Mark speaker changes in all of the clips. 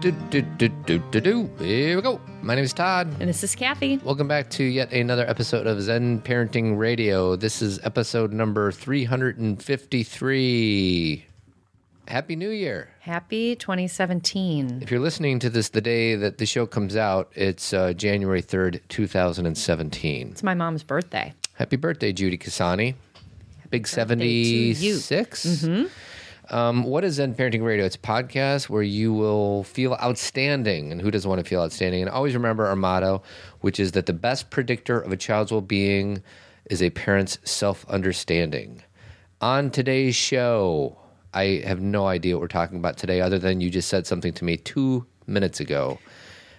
Speaker 1: Do, do, do, do, do, do. Here we go. My name is Todd.
Speaker 2: And this is Kathy.
Speaker 1: Welcome back to yet another episode of Zen Parenting Radio. This is episode number 353. Happy New Year.
Speaker 2: Happy 2017.
Speaker 1: If you're listening to this the day that the show comes out, it's uh, January 3rd, 2017.
Speaker 2: It's my mom's birthday.
Speaker 1: Happy birthday, Judy Kasani. Big
Speaker 2: birthday to you. Mm-hmm.
Speaker 1: 76. Um, what is Zen Parenting Radio? It's a podcast where you will feel outstanding. And who doesn't want to feel outstanding? And always remember our motto, which is that the best predictor of a child's well being is a parent's self understanding. On today's show, I have no idea what we're talking about today, other than you just said something to me two minutes ago.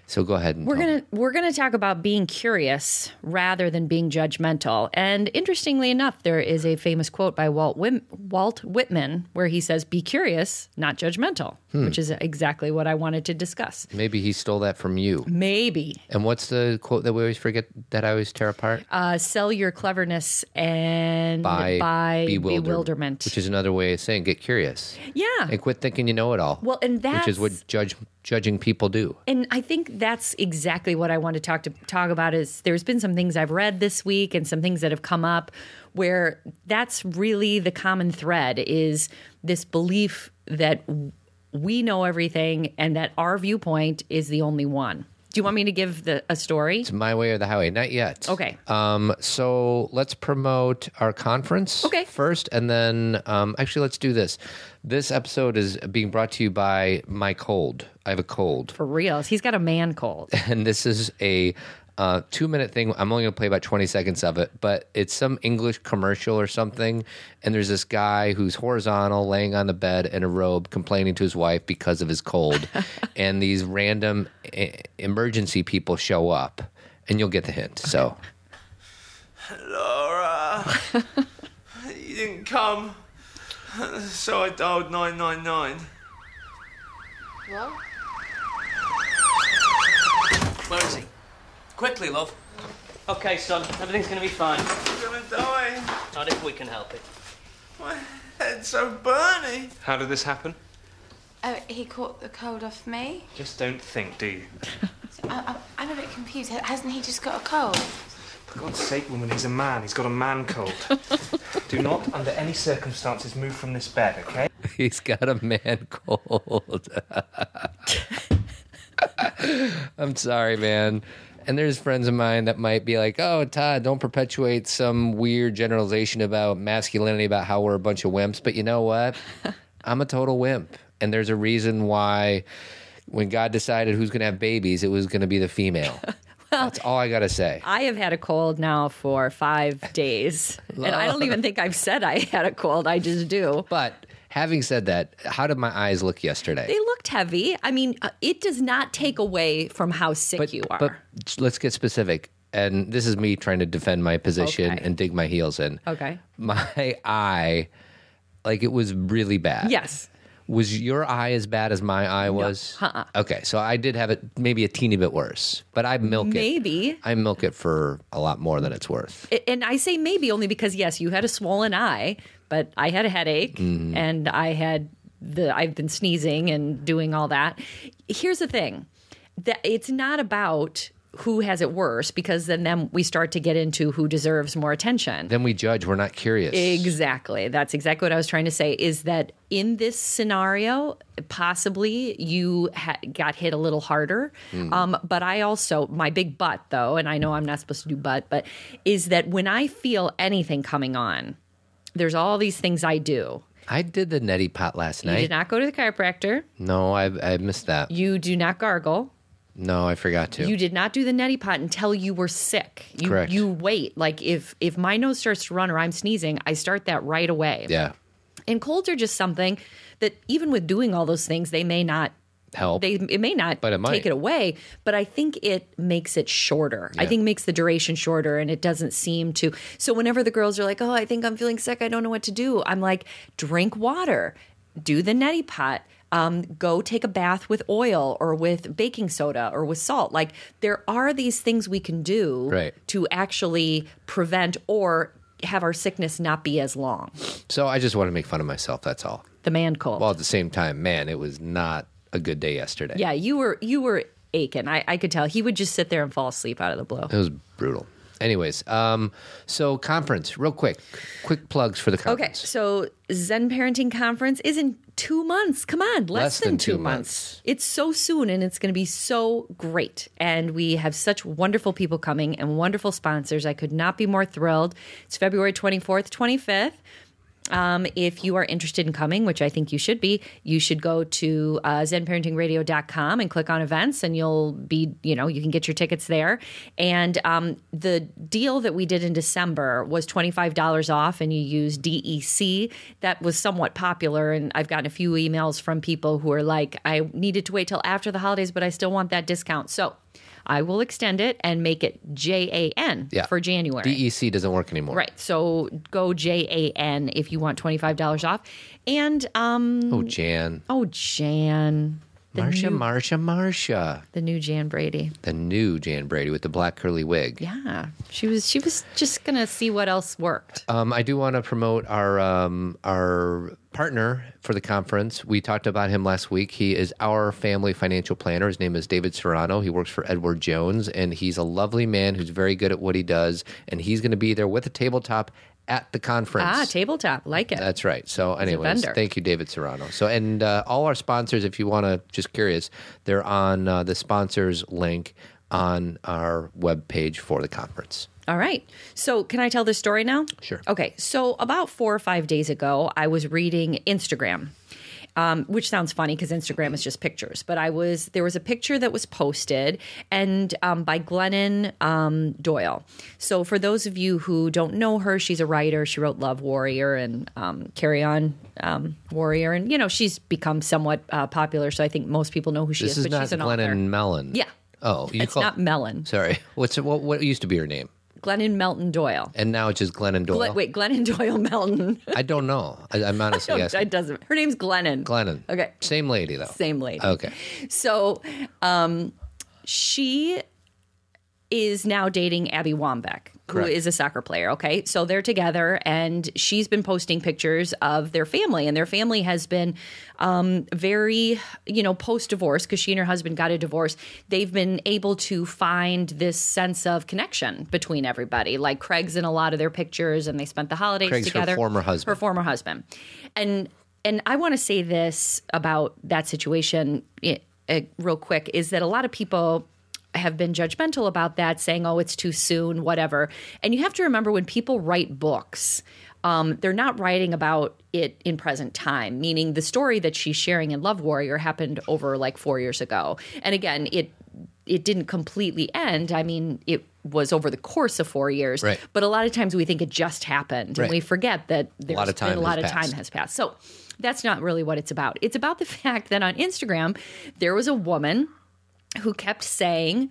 Speaker 1: So go ahead and
Speaker 2: We're
Speaker 1: tell
Speaker 2: going to we're going to talk about being curious rather than being judgmental. And interestingly enough, there is a famous quote by Walt Whim- Walt Whitman where he says be curious, not judgmental,
Speaker 1: Hmm.
Speaker 2: which is exactly what I wanted to discuss.
Speaker 1: me. Maybe he stole that from you.
Speaker 2: Maybe
Speaker 1: And what's the quote that we always forget that I always tear apart?
Speaker 2: uh, sell your cleverness and
Speaker 1: by, bewilder-
Speaker 2: bewilderment.
Speaker 1: which is another way of saying get curious
Speaker 2: yeah.
Speaker 1: and quit thinking you know it all.
Speaker 2: Well, and
Speaker 1: which is what
Speaker 2: that's-
Speaker 1: judge judging people do.
Speaker 2: and I think that's exactly what I want to talk to talk about is there's been some things I've read this week and some things that have come up where that's really the common thread is this belief that w- we know everything and that our viewpoint is the only one. Do you want me to give the a story?
Speaker 1: My way or the highway, not yet.
Speaker 2: Okay.
Speaker 1: Um, so let's promote our conference
Speaker 2: Okay.
Speaker 1: first, and then um, actually let's do this. This episode is being brought to you by my cold. I have a cold.
Speaker 2: For reals. He's got a man cold.
Speaker 1: and this is a uh, two minute thing. I'm only going to play about 20 seconds of it, but it's some English commercial or something. And there's this guy who's horizontal, laying on the bed in a robe, complaining to his wife because of his cold. and these random e- emergency people show up, and you'll get the hint. So,
Speaker 3: Laura, you didn't come, so I dialed 999.
Speaker 4: What?
Speaker 5: Where is he? Quickly, love. Okay, son, everything's gonna be fine.
Speaker 3: I'm gonna die.
Speaker 5: Not if we can help it.
Speaker 3: My head's so burning.
Speaker 6: How did this happen?
Speaker 4: Oh, he caught the cold off me.
Speaker 6: Just don't think, do you?
Speaker 4: I, I, I'm a bit confused. Hasn't he just got a cold?
Speaker 6: For God's sake, woman, he's a man. He's got a man cold. do not, under any circumstances, move from this bed, okay?
Speaker 1: he's got a man cold. I'm sorry, man. And there's friends of mine that might be like, "Oh, Todd, don't perpetuate some weird generalization about masculinity about how we're a bunch of wimps." But you know what? I'm a total wimp, and there's a reason why. When God decided who's going to have babies, it was going to be the female. That's all I got to say.
Speaker 2: I have had a cold now for five days. and I don't even think I've said I had a cold. I just do.
Speaker 1: But having said that, how did my eyes look yesterday?
Speaker 2: They looked heavy. I mean, uh, it does not take away from how sick you are.
Speaker 1: j- let's get specific. And this is me trying to defend my position
Speaker 2: Okay.
Speaker 1: and dig my heels in.
Speaker 2: okay.
Speaker 1: My eye, like it was really bad.
Speaker 2: Yes.
Speaker 1: Was your eye as bad as my eye was?
Speaker 2: uh-uh.
Speaker 1: Okay, so I did have it maybe a teeny bit worse, but I milk it.
Speaker 2: Maybe.
Speaker 1: I milk it for a lot more than it's worth.
Speaker 2: I- And I say maybe only because yes, you had a swollen eye, but I had a headache and I had the I've been sneezing and doing all that. Here's the thing. That it's not about who has it worse because then then we start to get into who deserves more attention.
Speaker 1: Then we judge. We're not curious.
Speaker 2: Exactly. That's exactly what I was trying to say is that in this scenario, possibly you ha- got hit a little harder.
Speaker 1: Hmm.
Speaker 2: Um, but I also, my big butt though, and I know I'm not supposed to do butt, but is that when I feel anything coming on, there's all these things I do.
Speaker 1: I did the neti pot last
Speaker 2: You
Speaker 1: night.
Speaker 2: did not go to the chiropractor.
Speaker 1: No, I, I missed that.
Speaker 2: You do not gargle.
Speaker 1: No, I forgot to.
Speaker 2: You did not do the neti pot until you were sick. You,
Speaker 1: Correct.
Speaker 2: You wait. Like if if my nose starts to run or I'm sneezing, I start that right away.
Speaker 1: yeah.
Speaker 2: And colds are just something that even with doing all those things, they may not
Speaker 1: Help.
Speaker 2: they it may not
Speaker 1: But it might.
Speaker 2: take it away. But I think it makes it shorter. I
Speaker 1: Yeah.
Speaker 2: think makes the duration shorter and it doesn't seem to so whenever the girls are like, Oh, I think I'm feeling sick, I don't know what to do, I'm like, drink water, do the neti pot. Um, go take a bath with oil or with baking soda or with salt. Like there are these things we can do
Speaker 1: Right.
Speaker 2: to actually prevent or have our sickness not be as long.
Speaker 1: so I just want to make fun of myself. That's all.
Speaker 2: The man cold.
Speaker 1: Well, at the same time, man, it was not a good day yesterday.
Speaker 2: Yeah, you were you were aching. I, I could tell. He would just sit there and fall asleep out of the blue.
Speaker 1: It was brutal. Anyways, um, so conference, real quick, quick plugs for the
Speaker 2: Okay,
Speaker 1: conference.
Speaker 2: so Zen Parenting Conference is in two months. Come on, less,
Speaker 1: Less
Speaker 2: than, two, months.
Speaker 1: months.
Speaker 2: It's so soon and it's going to be so great. And we have such wonderful people coming and wonderful sponsors. I could not be more thrilled. It's February 24th, 25th. Um, if you are interested in coming, which I think you should be, you should go to uh, zenparentingradio.com and click on events, and you'll be, you know, you can get your tickets there. And um, the deal that we did in December was $25 off, and you use DEC. That was somewhat popular, and I've gotten a few emails from people who are like, I needed to wait till after the holidays, but I still want that discount. So I will extend it and make it JAN
Speaker 1: Yeah.
Speaker 2: for January.
Speaker 1: DEC doesn't work anymore.
Speaker 2: Right. So go J A N if you want twenty five dollars off. And um
Speaker 1: Oh, Jan.
Speaker 2: oh Jan. The
Speaker 1: Marsha,
Speaker 2: new,
Speaker 1: Marsha, Marsha.
Speaker 2: the new Jan Brady.
Speaker 1: The new Jan Brady with the black curly wig.
Speaker 2: Yeah. She was she was just gonna see what else worked.
Speaker 1: Um, I do want to promote our um, our partner for the conference. We talked about him last week. He is our family financial planner. His name is David Serrano. He works for Edward Jones, and he's a lovely man who's very good at what he does. And he's going to be there with a tabletop at the conference.
Speaker 2: ah, tabletop. Like it.
Speaker 1: That's right. So, anyways,
Speaker 2: vendor.
Speaker 1: thank you, David Serrano. So, and uh, all our sponsors, if you want to, just curious, they're on uh, the sponsors link on our webpage for the conference.
Speaker 2: All right. So, can I tell this story now?
Speaker 1: Sure.
Speaker 2: Okay. So, about four or five days ago, I was reading Instagram, um, which sounds funny because Instagram is just pictures. But I was there was a picture that was posted and um, by Glennon um, Doyle. So, for those of you who don't know her, she's a writer. She wrote Love Warrior and um, Carry On um, Warrior, and you know she's become somewhat uh, popular. So, I think most people know who she
Speaker 1: This
Speaker 2: is.
Speaker 1: is
Speaker 2: but
Speaker 1: not
Speaker 2: she's an
Speaker 1: Glennon
Speaker 2: author.
Speaker 1: Mellon.
Speaker 2: Yeah.
Speaker 1: Oh, you
Speaker 2: It's not Mellon.
Speaker 1: Sorry. What's what? What used to be her name?
Speaker 2: Glennon Melton Doyle.
Speaker 1: And now it's just Glennon Doyle.
Speaker 2: Glen- wait, Glennon Doyle Melton.
Speaker 1: I don't know. I, I'm honestly
Speaker 2: No,
Speaker 1: asking.
Speaker 2: it doesn't. Her name's Glennon.
Speaker 1: Glennon. Oh.
Speaker 2: Okay.
Speaker 1: Same lady though.
Speaker 2: Same lady.
Speaker 1: Okay.
Speaker 2: So, um, she is now dating Abby Wambach,
Speaker 1: Correct.
Speaker 2: who is a soccer player. Okay. So they're together, and she's been posting pictures of their family, and their family has been um, very, you know, post divorce because she and her husband got a divorce. They've been able to find this sense of connection between everybody. Like Craig's in a lot of their pictures, and they spent the holidays
Speaker 1: Craig's her
Speaker 2: together.
Speaker 1: former husband.
Speaker 2: Her former husband, and and I want to say this about that situation eh, eh, real quick is that a lot of people have been judgmental about that, saying, "Oh, it's too soon," whatever. And you have to remember when people write books. Um, they're not writing about it in present time, meaning the story that she's sharing in Love Warrior happened over like four years ago. And again, it it didn't completely end. I mean, it was over the course of four years.
Speaker 1: Right.
Speaker 2: But a lot of times we think it just happened,
Speaker 1: Right.
Speaker 2: and we forget that there's
Speaker 1: lot of
Speaker 2: been
Speaker 1: time
Speaker 2: a lot
Speaker 1: has
Speaker 2: of time
Speaker 1: passed.
Speaker 2: has passed. So that's not really what it's about. It's about the fact that on Instagram there was a woman who kept saying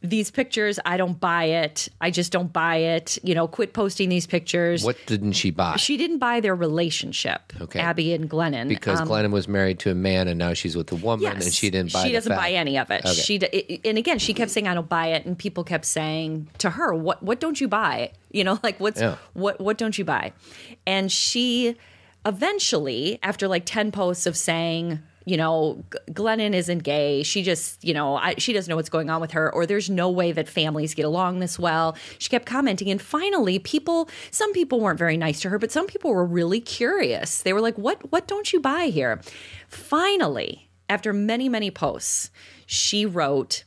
Speaker 2: these pictures i don't buy it i just don't buy it you know quit posting these pictures
Speaker 1: What didn't she buy?
Speaker 2: she didn't buy their relationship
Speaker 1: Okay.
Speaker 2: abby and glennon
Speaker 1: because
Speaker 2: Um,
Speaker 1: Glennon was married to a man and now she's with a woman and she didn't buy.
Speaker 2: She
Speaker 1: the
Speaker 2: doesn't
Speaker 1: fact-
Speaker 2: buy any of it.
Speaker 1: Okay.
Speaker 2: She d- i- i- and again, she kept saying, "I don't buy it," and people kept saying to her, "What what don't you buy? You know, like what's
Speaker 1: Yeah.
Speaker 2: what what don't you buy?" And she eventually, after like ten posts of saying. You know, G- Glennon isn't gay. She just, you know, I, she doesn't know what's going on with her, or there's no way that families get along this well. She kept commenting. And finally, people, some people weren't very nice to her, but some people were really curious. They were like, what, what don't you buy here? Finally, after many, many posts, she wrote,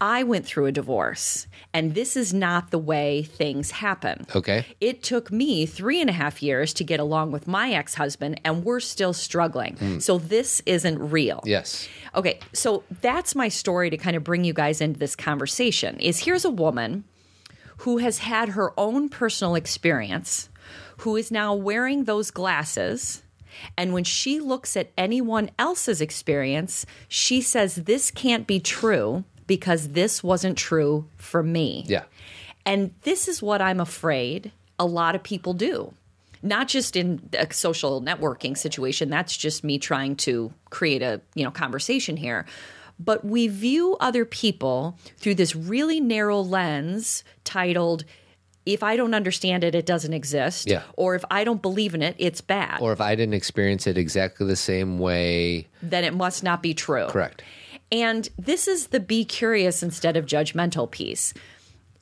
Speaker 2: I went through a divorce, and this is not the way things happen.
Speaker 1: Okay.
Speaker 2: It took me three and a half years to get along with my ex husband, and we're still struggling. So this isn't real.
Speaker 1: Yes.
Speaker 2: Okay, so that's my story to kind of bring you guys into this conversation. Is here's a woman who has had her own personal experience, who is now wearing those glasses, and when she looks at anyone else's experience, she says this can't be true because this wasn't true for me.
Speaker 1: Yeah.
Speaker 2: And this is what I'm afraid a lot of people do. Not just in a social networking situation, that's just me trying to create a, you know, conversation here. But we view other people through this really narrow lens titled if I don't understand it, it doesn't exist.
Speaker 1: Yeah.
Speaker 2: Or if I don't believe in it, it's bad.
Speaker 1: Or if I didn't experience it exactly the same way,
Speaker 2: then it must not be true.
Speaker 1: correct.
Speaker 2: And this is the be curious instead of judgmental piece.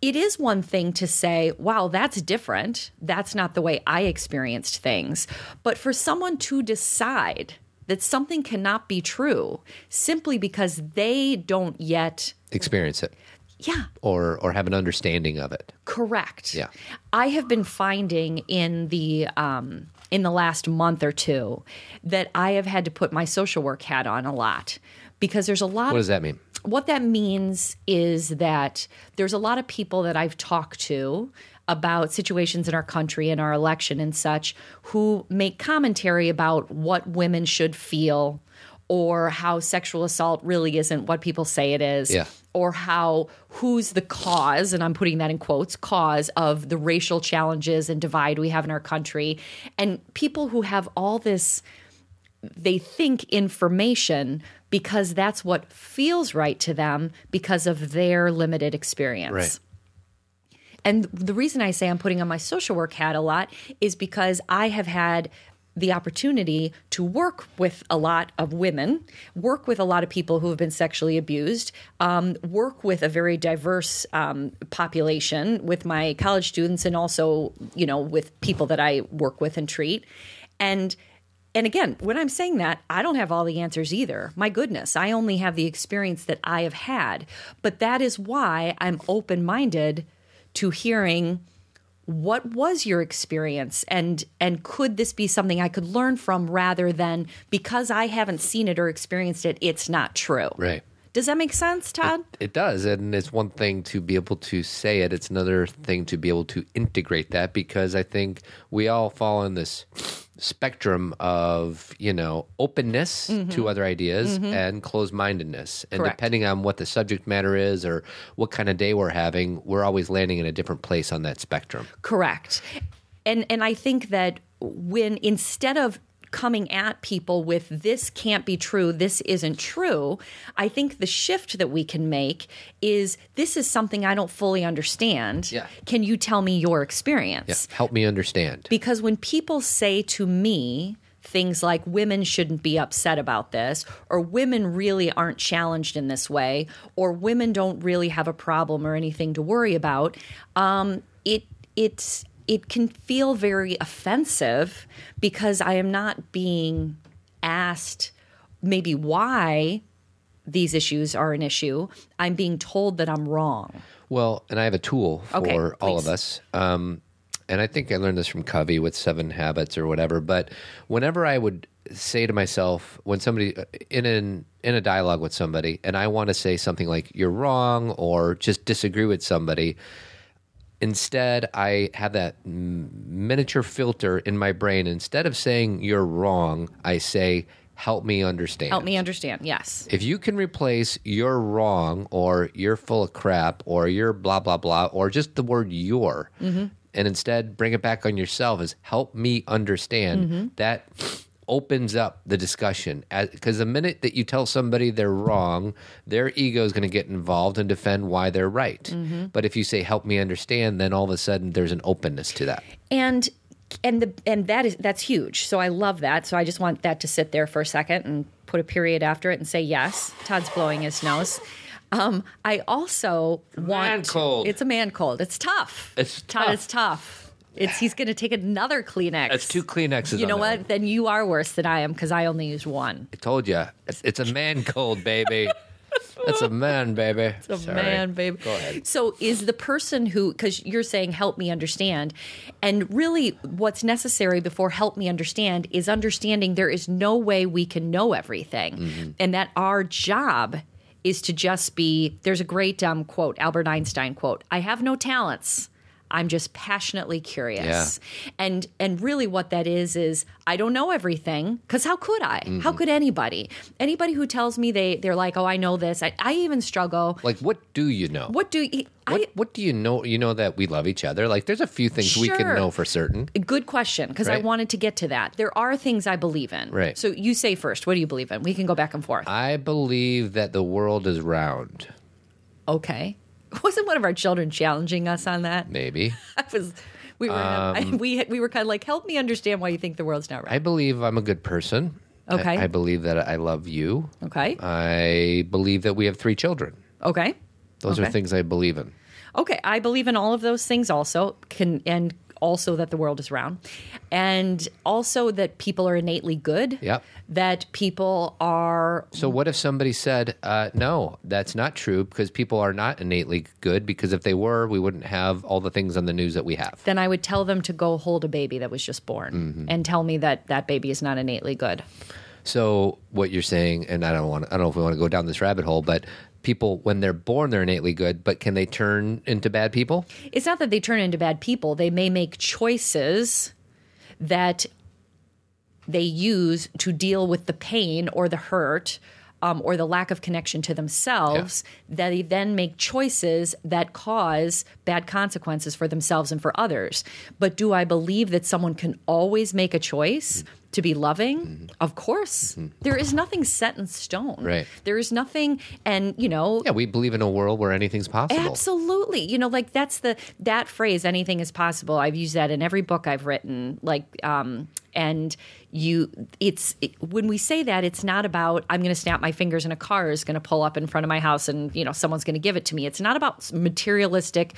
Speaker 2: It is one thing to say, wow, that's different. That's not the way I experienced things. But for someone to decide that something cannot be true simply because they don't yet,
Speaker 1: Experience it
Speaker 2: yeah,
Speaker 1: or or have an understanding of it.
Speaker 2: Correct.
Speaker 1: Yeah.
Speaker 2: I have been finding in the um in the last month or two that I have had to put my social work hat on a lot because there's a lot
Speaker 1: What
Speaker 2: of
Speaker 1: does that mean?
Speaker 2: what that means is that there's a lot of people that I've talked to about situations in our country and our election and such who make commentary about what women should feel or how sexual assault really isn't what people say it is
Speaker 1: Yeah.
Speaker 2: or how who's the cause and I'm putting that in quotes cause of the racial challenges and divide we have in our country and people who have all this they think information because that's what feels right to them because of their limited experience.
Speaker 1: Right.
Speaker 2: And the reason I say I'm putting on my social work hat a lot is because I have had the opportunity to work with a lot of women, work with a lot of people who have been sexually abused, um, work with a very diverse um, population, with my college students, and also you know with people that I work with and treat, and and again, when I'm saying that, I don't have all the answers either. My goodness, I only have the experience that I have had. But that is why I'm open minded to hearing what was your experience and and could this be something I could learn from rather than because I haven't seen it or experienced it, it's not true.
Speaker 1: Right.
Speaker 2: Does that make sense, Todd?
Speaker 1: It does, and it's one thing to be able to say it. It's another thing to be able to integrate that because I think we all fall in this spectrum of you know openness to other ideas and closed-mindedness, and
Speaker 2: Correct.
Speaker 1: depending on what the subject matter is or what kind of day we're having, we're always landing in a different place on that spectrum.
Speaker 2: Correct. And and I think that when instead of coming at people with this can't be true, this isn't true, I think the shift that we can make is this is something I don't fully understand.
Speaker 1: Yeah.
Speaker 2: Can you tell me your experience?
Speaker 1: Help me understand.
Speaker 2: Because when people say to me things like women shouldn't be upset about this, or women really aren't challenged in this way, or women don't really have a problem or anything to worry about, um, it it's it can feel very offensive because I am not being asked maybe why these issues are an issue. I'm being told that I'm wrong.
Speaker 1: Well, and I have a tool for
Speaker 2: Okay,
Speaker 1: all of
Speaker 2: please.
Speaker 1: us. Um, and I think I learned this from Covey with Seven Habits or whatever. But whenever I would say to myself, when somebody in an in a dialogue with somebody, and I want to say something like "you're wrong" or just disagree with somebody, instead I have that m- miniature filter in my brain. Instead of saying "you're wrong," I say "help me understand."
Speaker 2: Help me understand. Yes.
Speaker 1: if you can replace you're wrong or you're full of crap or you're blah blah blah or just the word you're
Speaker 2: Mm-hmm.
Speaker 1: and instead bring it back on yourself as help me understand
Speaker 2: Mm-hmm.
Speaker 1: that opens up the discussion because the minute that you tell somebody they're wrong their ego is going to get involved and defend why they're right
Speaker 2: Mm-hmm.
Speaker 1: but if you say help me understand then all of a sudden there's an openness to that
Speaker 2: and and the and that is that's huge so i love that so i just want that to sit there for a second and put a period after it and say yes todd's blowing his nose um, I also want
Speaker 1: man cold.
Speaker 2: It's a man cold. It's tough.
Speaker 1: It's
Speaker 2: Todd.
Speaker 1: tough.
Speaker 2: It's tough. It's he's going to take another Kleenex.
Speaker 1: that's two kleenexes
Speaker 2: You
Speaker 1: on
Speaker 2: know
Speaker 1: that
Speaker 2: what?
Speaker 1: one.
Speaker 2: Then you are worse than I am because I only used one.
Speaker 1: i told you it's, it's a man cold baby that's a man baby it's
Speaker 2: the man, babe.
Speaker 1: Go ahead.
Speaker 2: So is the person who because you're saying help me understand, and really what's necessary before help me understand is understanding there is no way we can know everything,
Speaker 1: Mm-hmm.
Speaker 2: and that our job is to just be. There's a great um, quote, Albert Einstein quote: "I have no talents." I'm just passionately curious. And and really what that is is I don't know everything cuz how could I? How
Speaker 1: Mm-hmm.
Speaker 2: could anybody? Anybody who tells me they they're like, "Oh, I know this." I, I even struggle.
Speaker 1: Like, what do you know?
Speaker 2: What do you,
Speaker 1: What,
Speaker 2: I?
Speaker 1: what do you know? You know that we love each other. Like, there's a few things we can
Speaker 2: Sure.
Speaker 1: know for certain.
Speaker 2: Good question, because I
Speaker 1: Right.
Speaker 2: wanted to get to that. There are things I believe in.
Speaker 1: Right.
Speaker 2: So you say first. What do you believe in? We can go back and forth.
Speaker 1: I believe that the world is round.
Speaker 2: okay. wasn't one of our children challenging us on that?
Speaker 1: Maybe.
Speaker 2: I was. We were. I- we we were kind of like, help me understand why you think the world's not
Speaker 1: Um, I
Speaker 2: right.
Speaker 1: believe I'm a good person. I-
Speaker 2: Okay.
Speaker 1: I, believe that I love you.
Speaker 2: okay.
Speaker 1: Uh, I believe that we have three children.
Speaker 2: okay.
Speaker 1: Those are
Speaker 2: Okay.
Speaker 1: things I believe in.
Speaker 2: Okay. I believe in all of those things. Also, can and also that the world is round, and also that people are innately good.
Speaker 1: Yep.
Speaker 2: That people are
Speaker 1: So, what if somebody said, uh, no, that's not true because people are not innately good? Because if they were, we wouldn't have all the things on the news that we have.
Speaker 2: then I would tell them to go hold a baby that was just born and tell me that that baby is not innately good.
Speaker 1: So, what you're saying, and I don't want, I don't know if we want to go down this rabbit hole, but people, when they're born, they're innately good, but can they turn into bad people?
Speaker 2: It's not that they turn into bad people, they may make choices that they use to deal with the pain or the hurt. Um, or the lack of connection to themselves, that they then make choices that cause bad consequences for themselves and for others. But do I believe that someone can always make a choice to be loving? Of course. There is nothing set in stone.
Speaker 1: Right.
Speaker 2: There is nothing, and you know,
Speaker 1: Yeah, we believe in a world where anything's possible.
Speaker 2: Absolutely. You know, like that's the that phrase anything is possible. I've used that in every book I've written. Like um and you it's it- when we say that it's not about I'm going to snap my fingers and a car is going to pull up in front of my house and you know someone's going to give it to me. It's not about s- materialistic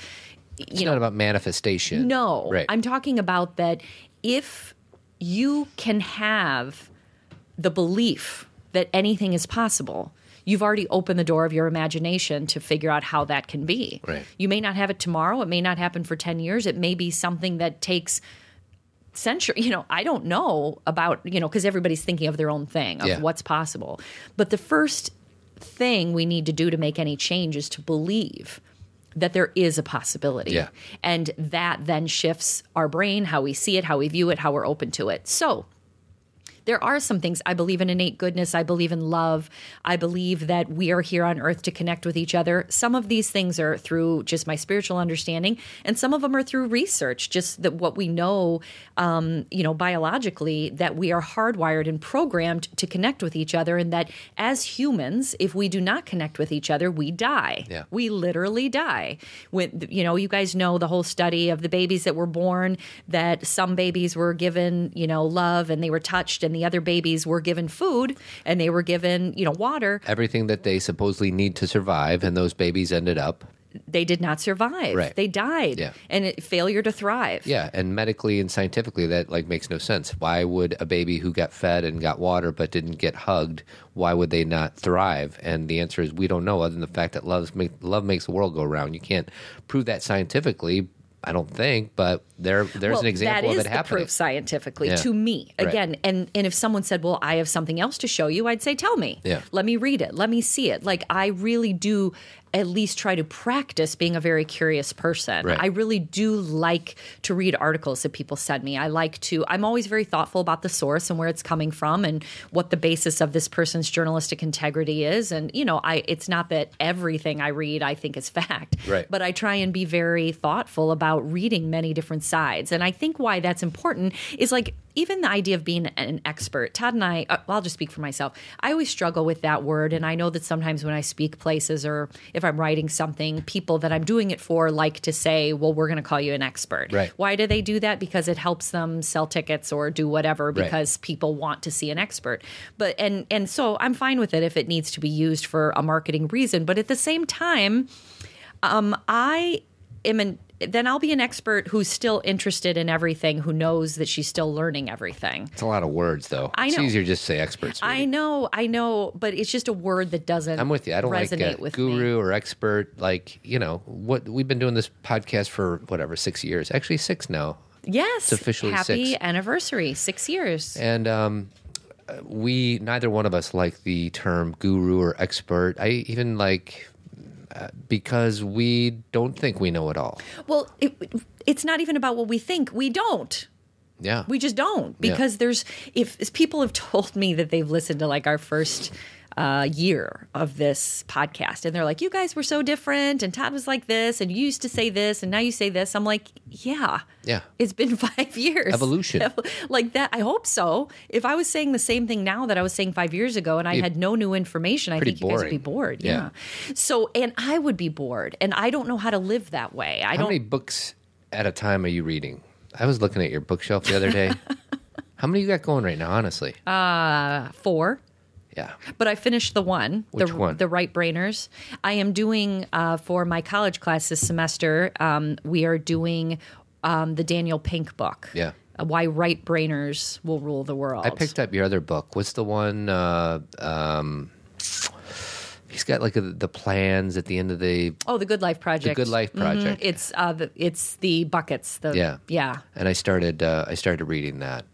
Speaker 1: It's not about manifestation.
Speaker 2: no.
Speaker 1: Right.
Speaker 2: I'm talking about that if you can have the belief that anything is possible, you've already opened the door of your imagination to figure out how that can be.
Speaker 1: Right.
Speaker 2: You may not have it tomorrow, it may not happen for 10 years, it may be something that takes century you know i don't know about you know because everybody's thinking of their own thing of
Speaker 1: Yeah.
Speaker 2: what's possible but the first thing we need to do to make any change is to believe that there is a possibility
Speaker 1: Yeah.
Speaker 2: and that then shifts our brain how we see it how we view it how we're open to it so there are some things I believe in innate goodness. I believe in love. I believe that we are here on earth to connect with each other. Some of these things are through just my spiritual understanding, and some of them are through research, just that what we know, um, you know, biologically, that we are hardwired and programmed to connect with each other, and that as humans, if we do not connect with each other, we die.
Speaker 1: Yeah.
Speaker 2: We literally die. When you know, you guys know the whole study of the babies that were born that some babies were given, you know, love and they were touched and the other babies were given food and they were given, you know, water.
Speaker 1: Everything that they supposedly need to survive, and those babies ended up
Speaker 2: They did not survive.
Speaker 1: Right.
Speaker 2: They died.
Speaker 1: Yeah.
Speaker 2: And it, failure to thrive.
Speaker 1: Yeah, and medically and scientifically, that like makes no sense. Why would a baby who got fed and got water but didn't get hugged? Why would they not thrive? And the answer is we don't know, other than the fact that love make, love makes the world go round. You can't prove that scientifically, I don't think. But there there's
Speaker 2: well,
Speaker 1: an example
Speaker 2: that
Speaker 1: of
Speaker 2: is
Speaker 1: it
Speaker 2: the
Speaker 1: happening.
Speaker 2: proof scientifically
Speaker 1: Yeah.
Speaker 2: to me
Speaker 1: Right.
Speaker 2: again and and if someone said well i have something else to show you i'd say tell me
Speaker 1: Yeah.
Speaker 2: let me read it let me see it like i really do at least try to practice being a very curious person
Speaker 1: Right.
Speaker 2: i really do like to read articles that people send me i like to i'm always very thoughtful about the source and where it's coming from and what the basis of this person's journalistic integrity is and you know i it's not that everything i read i think is fact
Speaker 1: Right.
Speaker 2: but I try and be very thoughtful about reading many different sides. And I think why that's important is like even the idea of being an expert. Todd and I, uh, I'll just speak for myself. I always struggle with that word. And I know that sometimes when I speak places or if I'm writing something, people that I'm doing it for like to say, well, we're going to call you an expert.
Speaker 1: Right.
Speaker 2: Why do they do that? Because it helps them sell tickets or do whatever
Speaker 1: Right.
Speaker 2: because people want to see an expert. But and and so I'm fine with it if it needs to be used for a marketing reason. But at the same time, um, I am an then I'll be an expert who's still interested in everything, who knows that she's still learning everything.
Speaker 1: it's a lot of words, though.
Speaker 2: I
Speaker 1: It's
Speaker 2: know.
Speaker 1: easier just to say experts.
Speaker 2: I know, I know, but it's just a word that doesn't.
Speaker 1: I'm with you. I don't
Speaker 2: resonate
Speaker 1: like uh,
Speaker 2: with me.
Speaker 1: guru or expert. Like you know what we've been doing this podcast for whatever six years, actually six now.
Speaker 2: Yes,
Speaker 1: officially
Speaker 2: happy
Speaker 1: six.
Speaker 2: anniversary, six years.
Speaker 1: And um, uh, we neither one of us like the term guru or expert. I even like uh, because we don't think we know it all.
Speaker 2: Well, it, it's not even about what we think. We don't.
Speaker 1: Yeah,
Speaker 2: We just don't
Speaker 1: Yeah.
Speaker 2: because there's if, if people have told me that they've listened to like our first uh, year of this podcast. And they're like, you guys were so different. And Todd was like this. And you used to say this. And now you say this. I'm like, yeah.
Speaker 1: Yeah.
Speaker 2: It's been five years.
Speaker 1: Evolution.
Speaker 2: Like that. I hope so. If I was saying the same thing now that I was saying five years ago and I
Speaker 1: It'd
Speaker 2: had no new information, I
Speaker 1: pretty
Speaker 2: think you guys would be
Speaker 1: boring.
Speaker 2: bored.
Speaker 1: Yeah.
Speaker 2: Yeah. So, and I would be bored. And I don't know how to live that way. I
Speaker 1: How
Speaker 2: don't.
Speaker 1: many books at a time are you reading? I was looking at your bookshelf the other day. How many you got going right now, honestly?
Speaker 2: Uh, four.
Speaker 1: yeah.
Speaker 2: but I finished the one,
Speaker 1: Which
Speaker 2: the
Speaker 1: one?
Speaker 2: the right brainers. I am doing uh, for my college class this semester. Um, we are doing um, the Daniel Pink book.
Speaker 1: Yeah.
Speaker 2: Uh, Why right brainers will rule the world.
Speaker 1: I picked up your other book. What's the one? Uh, um, he's got like a, the plans at the end of the
Speaker 2: oh the Good Life Project.
Speaker 1: Good Life Project.
Speaker 2: It's uh, the, it's the buckets. The
Speaker 1: Yeah.
Speaker 2: yeah.
Speaker 1: and I started uh, I started reading that.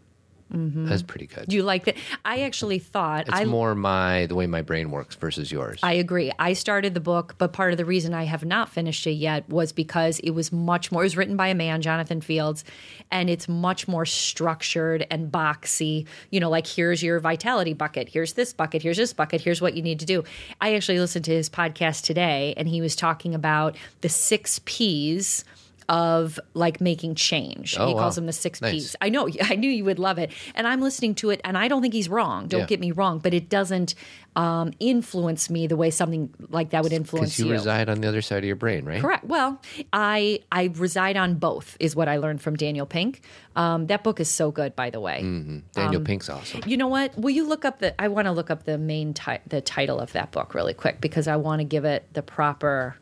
Speaker 2: Mm-hmm.
Speaker 1: That's pretty good.
Speaker 2: Do you like that? I actually thought
Speaker 1: it's
Speaker 2: I
Speaker 1: more my the way my brain works versus yours.
Speaker 2: I agree. I started the book, but part of the reason I have not finished it yet was because it was much more. It was written by a man, Jonathan Fields, and it's much more structured and boxy. You know, like here's your vitality bucket, here's this bucket, here's this bucket, here's what you need to do. I actually listened to his podcast today, and he was talking about the six P's of like making change.
Speaker 1: Oh,
Speaker 2: he
Speaker 1: wow.
Speaker 2: calls them the six
Speaker 1: Nice.
Speaker 2: P's. I know. I knew you would love it. And I'm listening to it, and I don't think he's wrong. Don't
Speaker 1: Yeah.
Speaker 2: get me wrong, but it doesn't um, influence me the way something like that would influence
Speaker 1: because
Speaker 2: you.
Speaker 1: you, reside on the other side of your brain, right?
Speaker 2: Correct. Well, I I reside on both is what I learned from Daniel Pink. Um, that book is so good, by the way.
Speaker 1: Hmm. Daniel
Speaker 2: Um,
Speaker 1: Pink's awesome.
Speaker 2: You know what? Will you look up the? I want to look up the main ti- the title of that book really quick because I want to give it the proper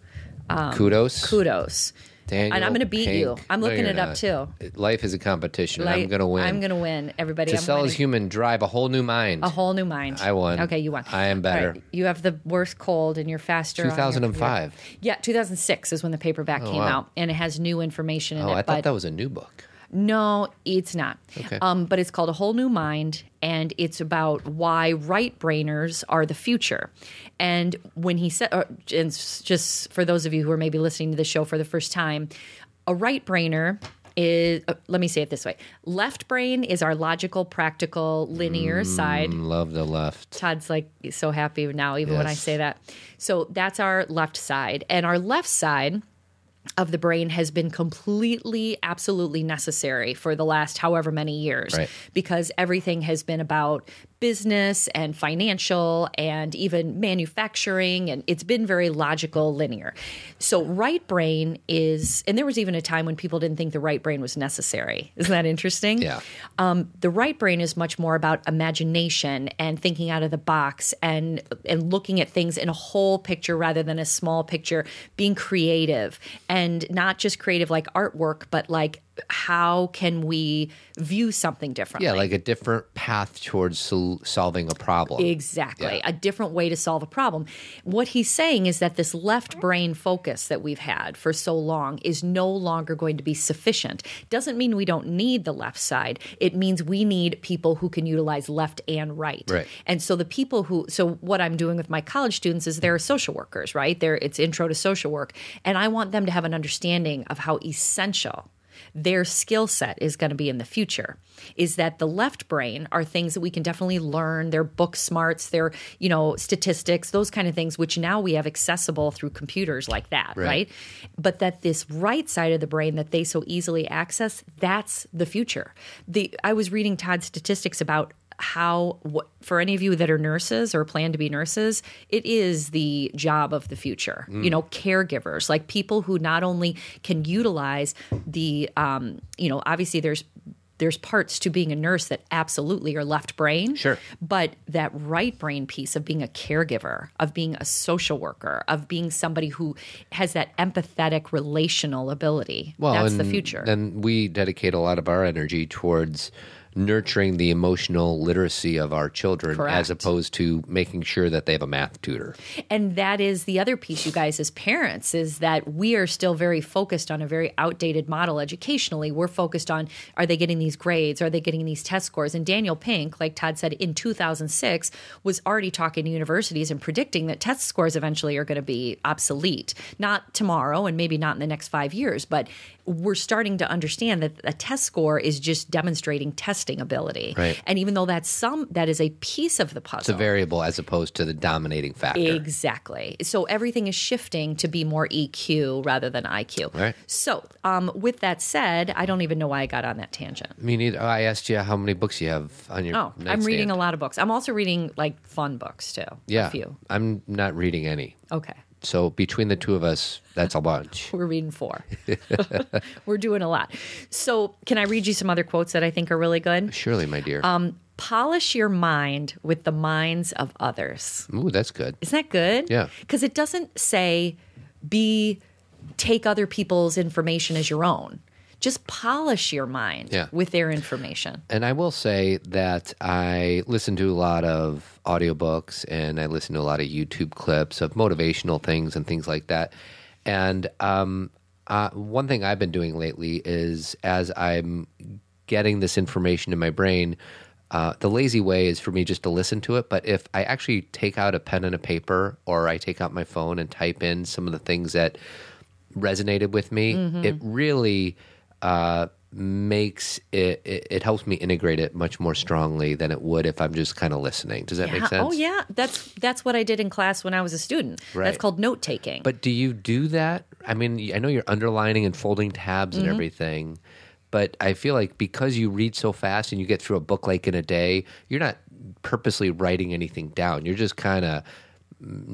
Speaker 1: kudos,
Speaker 2: um, kudos.
Speaker 1: Daniel
Speaker 2: and I'm going to beat you.
Speaker 1: Pink.
Speaker 2: I'm
Speaker 1: No,
Speaker 2: looking
Speaker 1: you're
Speaker 2: it up
Speaker 1: not.
Speaker 2: too.
Speaker 1: Life is a competition. and I'm
Speaker 2: Like,
Speaker 1: going to win.
Speaker 2: I'm going to win. Everybody,
Speaker 1: to
Speaker 2: I'm
Speaker 1: sell as
Speaker 2: winning.
Speaker 1: human, drive a whole new mind.
Speaker 2: A whole new mind.
Speaker 1: I won.
Speaker 2: Okay, you won.
Speaker 1: I am
Speaker 2: All
Speaker 1: better.
Speaker 2: You have the worst cold, and you're faster. on your computer.
Speaker 1: 2005.
Speaker 2: Yeah, 2006 is when the paperback came
Speaker 1: Oh, wow.
Speaker 2: out, and it has new information in
Speaker 1: Oh,
Speaker 2: it.
Speaker 1: I
Speaker 2: but
Speaker 1: thought that was a new book.
Speaker 2: no, it's not.
Speaker 1: Okay.
Speaker 2: Um, but it's called A Whole New Mind, and it's about why right brainers are the future. And when he said, or, and s- just for those of you who are maybe listening to the show for the first time, a right brainer is, uh, let me say it this way left brain is our logical, practical, linear
Speaker 1: Mm.
Speaker 2: side.
Speaker 1: Love the left.
Speaker 2: Todd's like so happy now, even when I
Speaker 1: Yes.
Speaker 2: say that. So that's our left side. And our left side of the brain has been completely, absolutely necessary for the last however many years
Speaker 1: Right.
Speaker 2: because everything has been about business and financial and even manufacturing. And it's been very logical, linear. So, right brain is, and there was even a time when people didn't think the right brain was necessary. Isn't that interesting?
Speaker 1: Yeah.
Speaker 2: um, the right brain is much more about imagination and thinking out of the box and and looking at things in a whole picture rather than a small picture being creative and not just creative like artwork but like how can we view something differently
Speaker 1: Yeah, like a different path towards sol- solving a problem.
Speaker 2: Exactly.
Speaker 1: Yeah.
Speaker 2: A different way to solve a problem. What he's saying is that this left brain focus that we've had for so long is no longer going to be sufficient. Doesn't mean we don't need the left side. It means we need people who can utilize left and right.
Speaker 1: Right.
Speaker 2: And so the people who so what I'm doing with my college students is they're social workers, right? They're it's intro to social work. And I want them to have an understanding of how essential their skill set is going to be in the future is that the left brain are things that we can definitely learn their book smarts their you know statistics those kind of things which now we have accessible through computers like that right, but that this right side of the brain that they so easily access that's the future the i was reading todd's statistics about how what, for any of you that are nurses or plan to be nurses it is the job of the future you know caregivers like people who not only can utilize the um, you know obviously there's there's parts to being a nurse that absolutely are left brain
Speaker 1: Sure.
Speaker 2: but that right brain piece of being a caregiver of being a social worker of being somebody who has that empathetic relational ability that's the
Speaker 1: and
Speaker 2: future
Speaker 1: Then we dedicate a lot of our energy towards nurturing the emotional literacy of our children as
Speaker 2: Correct.
Speaker 1: opposed to making sure that they have a math tutor.
Speaker 2: and that is the other piece you guys as parents is that we are still very focused on a very outdated model educationally we're focused on are they getting these grades are they getting these test scores and daniel pink like todd said in 2006 was already talking to universities and predicting that test scores eventually are going to be obsolete not tomorrow and maybe not in the next five years but we're starting to understand that a test score is just demonstrating test casting ability.
Speaker 1: Right.
Speaker 2: And even though that's some, that is a piece of the puzzle.
Speaker 1: It's a variable as opposed to the dominating factor.
Speaker 2: Exactly. So everything is shifting to be more EQ rather than IQ.
Speaker 1: Right.
Speaker 2: So, um, with that said, I don't even know why I got on that tangent.
Speaker 1: I mean, it- I asked you how many books you have on your.
Speaker 2: Oh, I'm
Speaker 1: nightstand.
Speaker 2: reading a lot of books. I'm also reading like fun books too.
Speaker 1: Yeah,
Speaker 2: A few.
Speaker 1: I'm not reading any.
Speaker 2: Okay.
Speaker 1: So between the two of us, that's a bunch.
Speaker 2: We're reading four. We're doing a lot. So, can I read you some other quotes that I think are really good?
Speaker 1: Surely, my dear.
Speaker 2: Um, Polish your mind with the minds of others.
Speaker 1: Ooh, that's good.
Speaker 2: Isn't that good?
Speaker 1: Yeah.
Speaker 2: Because it doesn't say be take other people's information as your own. Just polish your mind
Speaker 1: Yeah.
Speaker 2: with their information.
Speaker 1: And I will say that I listen to a lot of audiobooks and I listen to a lot of YouTube clips of motivational things and things like that. And um, uh, one thing I've been doing lately is as I'm getting this information in my brain, uh, the lazy way is for me just to listen to it. But if I actually take out a pen and a paper or I take out my phone and type in some of the things that resonated with me,
Speaker 2: Mm-hmm.
Speaker 1: it really uh, makes it, it, it helps me integrate it much more strongly than it would if I'm just kind of listening. Does that make
Speaker 2: Yeah.
Speaker 1: sense?
Speaker 2: Oh yeah, that's that's what I did in class when I was a student. That's
Speaker 1: Right.
Speaker 2: called note taking.
Speaker 1: But do you do that? I mean, I know you're underlining and folding tabs
Speaker 2: Mm-hmm.
Speaker 1: and everything, but I feel like because you read so fast and you get through a book like in a day, you're not purposely writing anything down. You're just kind of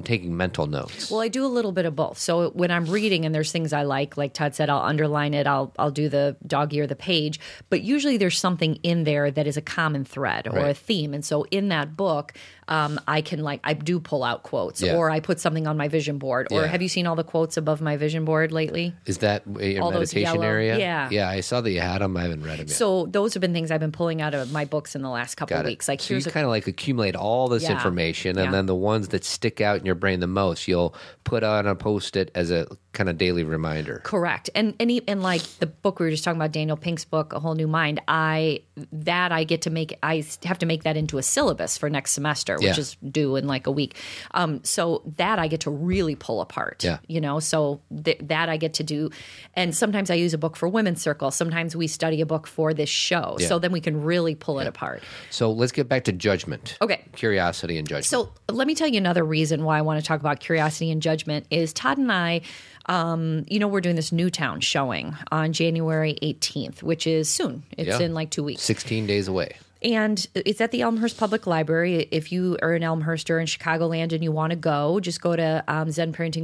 Speaker 1: taking mental notes.
Speaker 2: Well, I do a little bit of both. So when I'm reading and there's things I like, like Todd said, I'll underline it. I'll I'll do the dog ear, the page. But usually there's something in there that is a common thread or a
Speaker 1: Right.
Speaker 2: theme. And so in that book, um, I can like I do pull out quotes,
Speaker 1: Yeah.
Speaker 2: or I put something on my vision board. Or
Speaker 1: Yeah.
Speaker 2: have you seen all the quotes above my vision board lately?
Speaker 1: Is that your
Speaker 2: All those
Speaker 1: meditation
Speaker 2: yellow-
Speaker 1: area?
Speaker 2: yeah.
Speaker 1: Yeah, I saw that you had them. I haven't read them yet.
Speaker 2: So those have been things I've been pulling out of my books in the last couple
Speaker 1: Got
Speaker 2: of
Speaker 1: it.
Speaker 2: weeks. Like
Speaker 1: so
Speaker 2: here's
Speaker 1: you
Speaker 2: a
Speaker 1: kind of like accumulate all this
Speaker 2: Yeah.
Speaker 1: information, and
Speaker 2: Yeah.
Speaker 1: then the ones that stick out in your brain the most, you'll put on a post it as a kind of daily reminder.
Speaker 2: Correct. And and e- and like the book we were just talking about, Daniel Pink's book, A Whole New Mind. I that I get to make I s- have to make that into a syllabus for next semester, which
Speaker 1: Yeah.
Speaker 2: is due in like a week. Um, so that I get to really pull apart.
Speaker 1: Yeah.
Speaker 2: You know, so th- that I get to do. And sometimes I use a book for women's circle. Sometimes we study a book for this show.
Speaker 1: Yeah.
Speaker 2: So then we can really pull it apart.
Speaker 1: So let's get back to judgment.
Speaker 2: Okay.
Speaker 1: Curiosity and judgment.
Speaker 2: So let me tell you another reason why I want to talk about curiosity and judgment is Todd and I, um, you know, we're doing this Newtown showing on January 18th, which is soon. It's
Speaker 1: Yeah.
Speaker 2: in like two weeks.
Speaker 1: 16 days away.
Speaker 2: And it's at the Elmhurst Public Library. If you are in Elmhurst or in Chicagoland and you want to go, just go to um,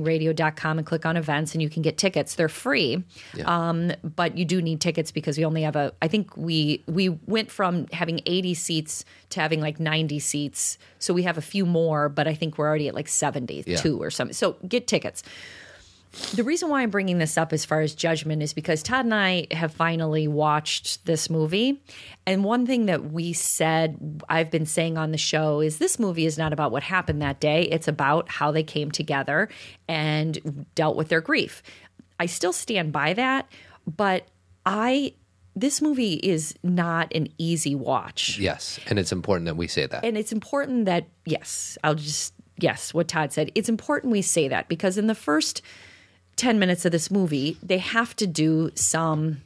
Speaker 2: zenparentingradio.com and click on events and you can get tickets. They're free. Um, but you do need tickets because we only have a, I think we, we went from having 80 seats to having like 90 seats. So we have a few more, but I think we're already at like 72 or something. So get tickets the reason why I'm bringing this up as far as judgment is because Todd and I have finally watched this movie. And one thing that we said, I've been saying on the show, is this movie is not about what happened that day. It's about how they came together and dealt with their grief. I still stand by that, but I. This movie is not an easy watch.
Speaker 1: Yes. And it's important that we say that.
Speaker 2: And it's important that, yes, I'll just, yes, what Todd said. It's important we say that because in the first 10 minutes of this movie, they have to do some,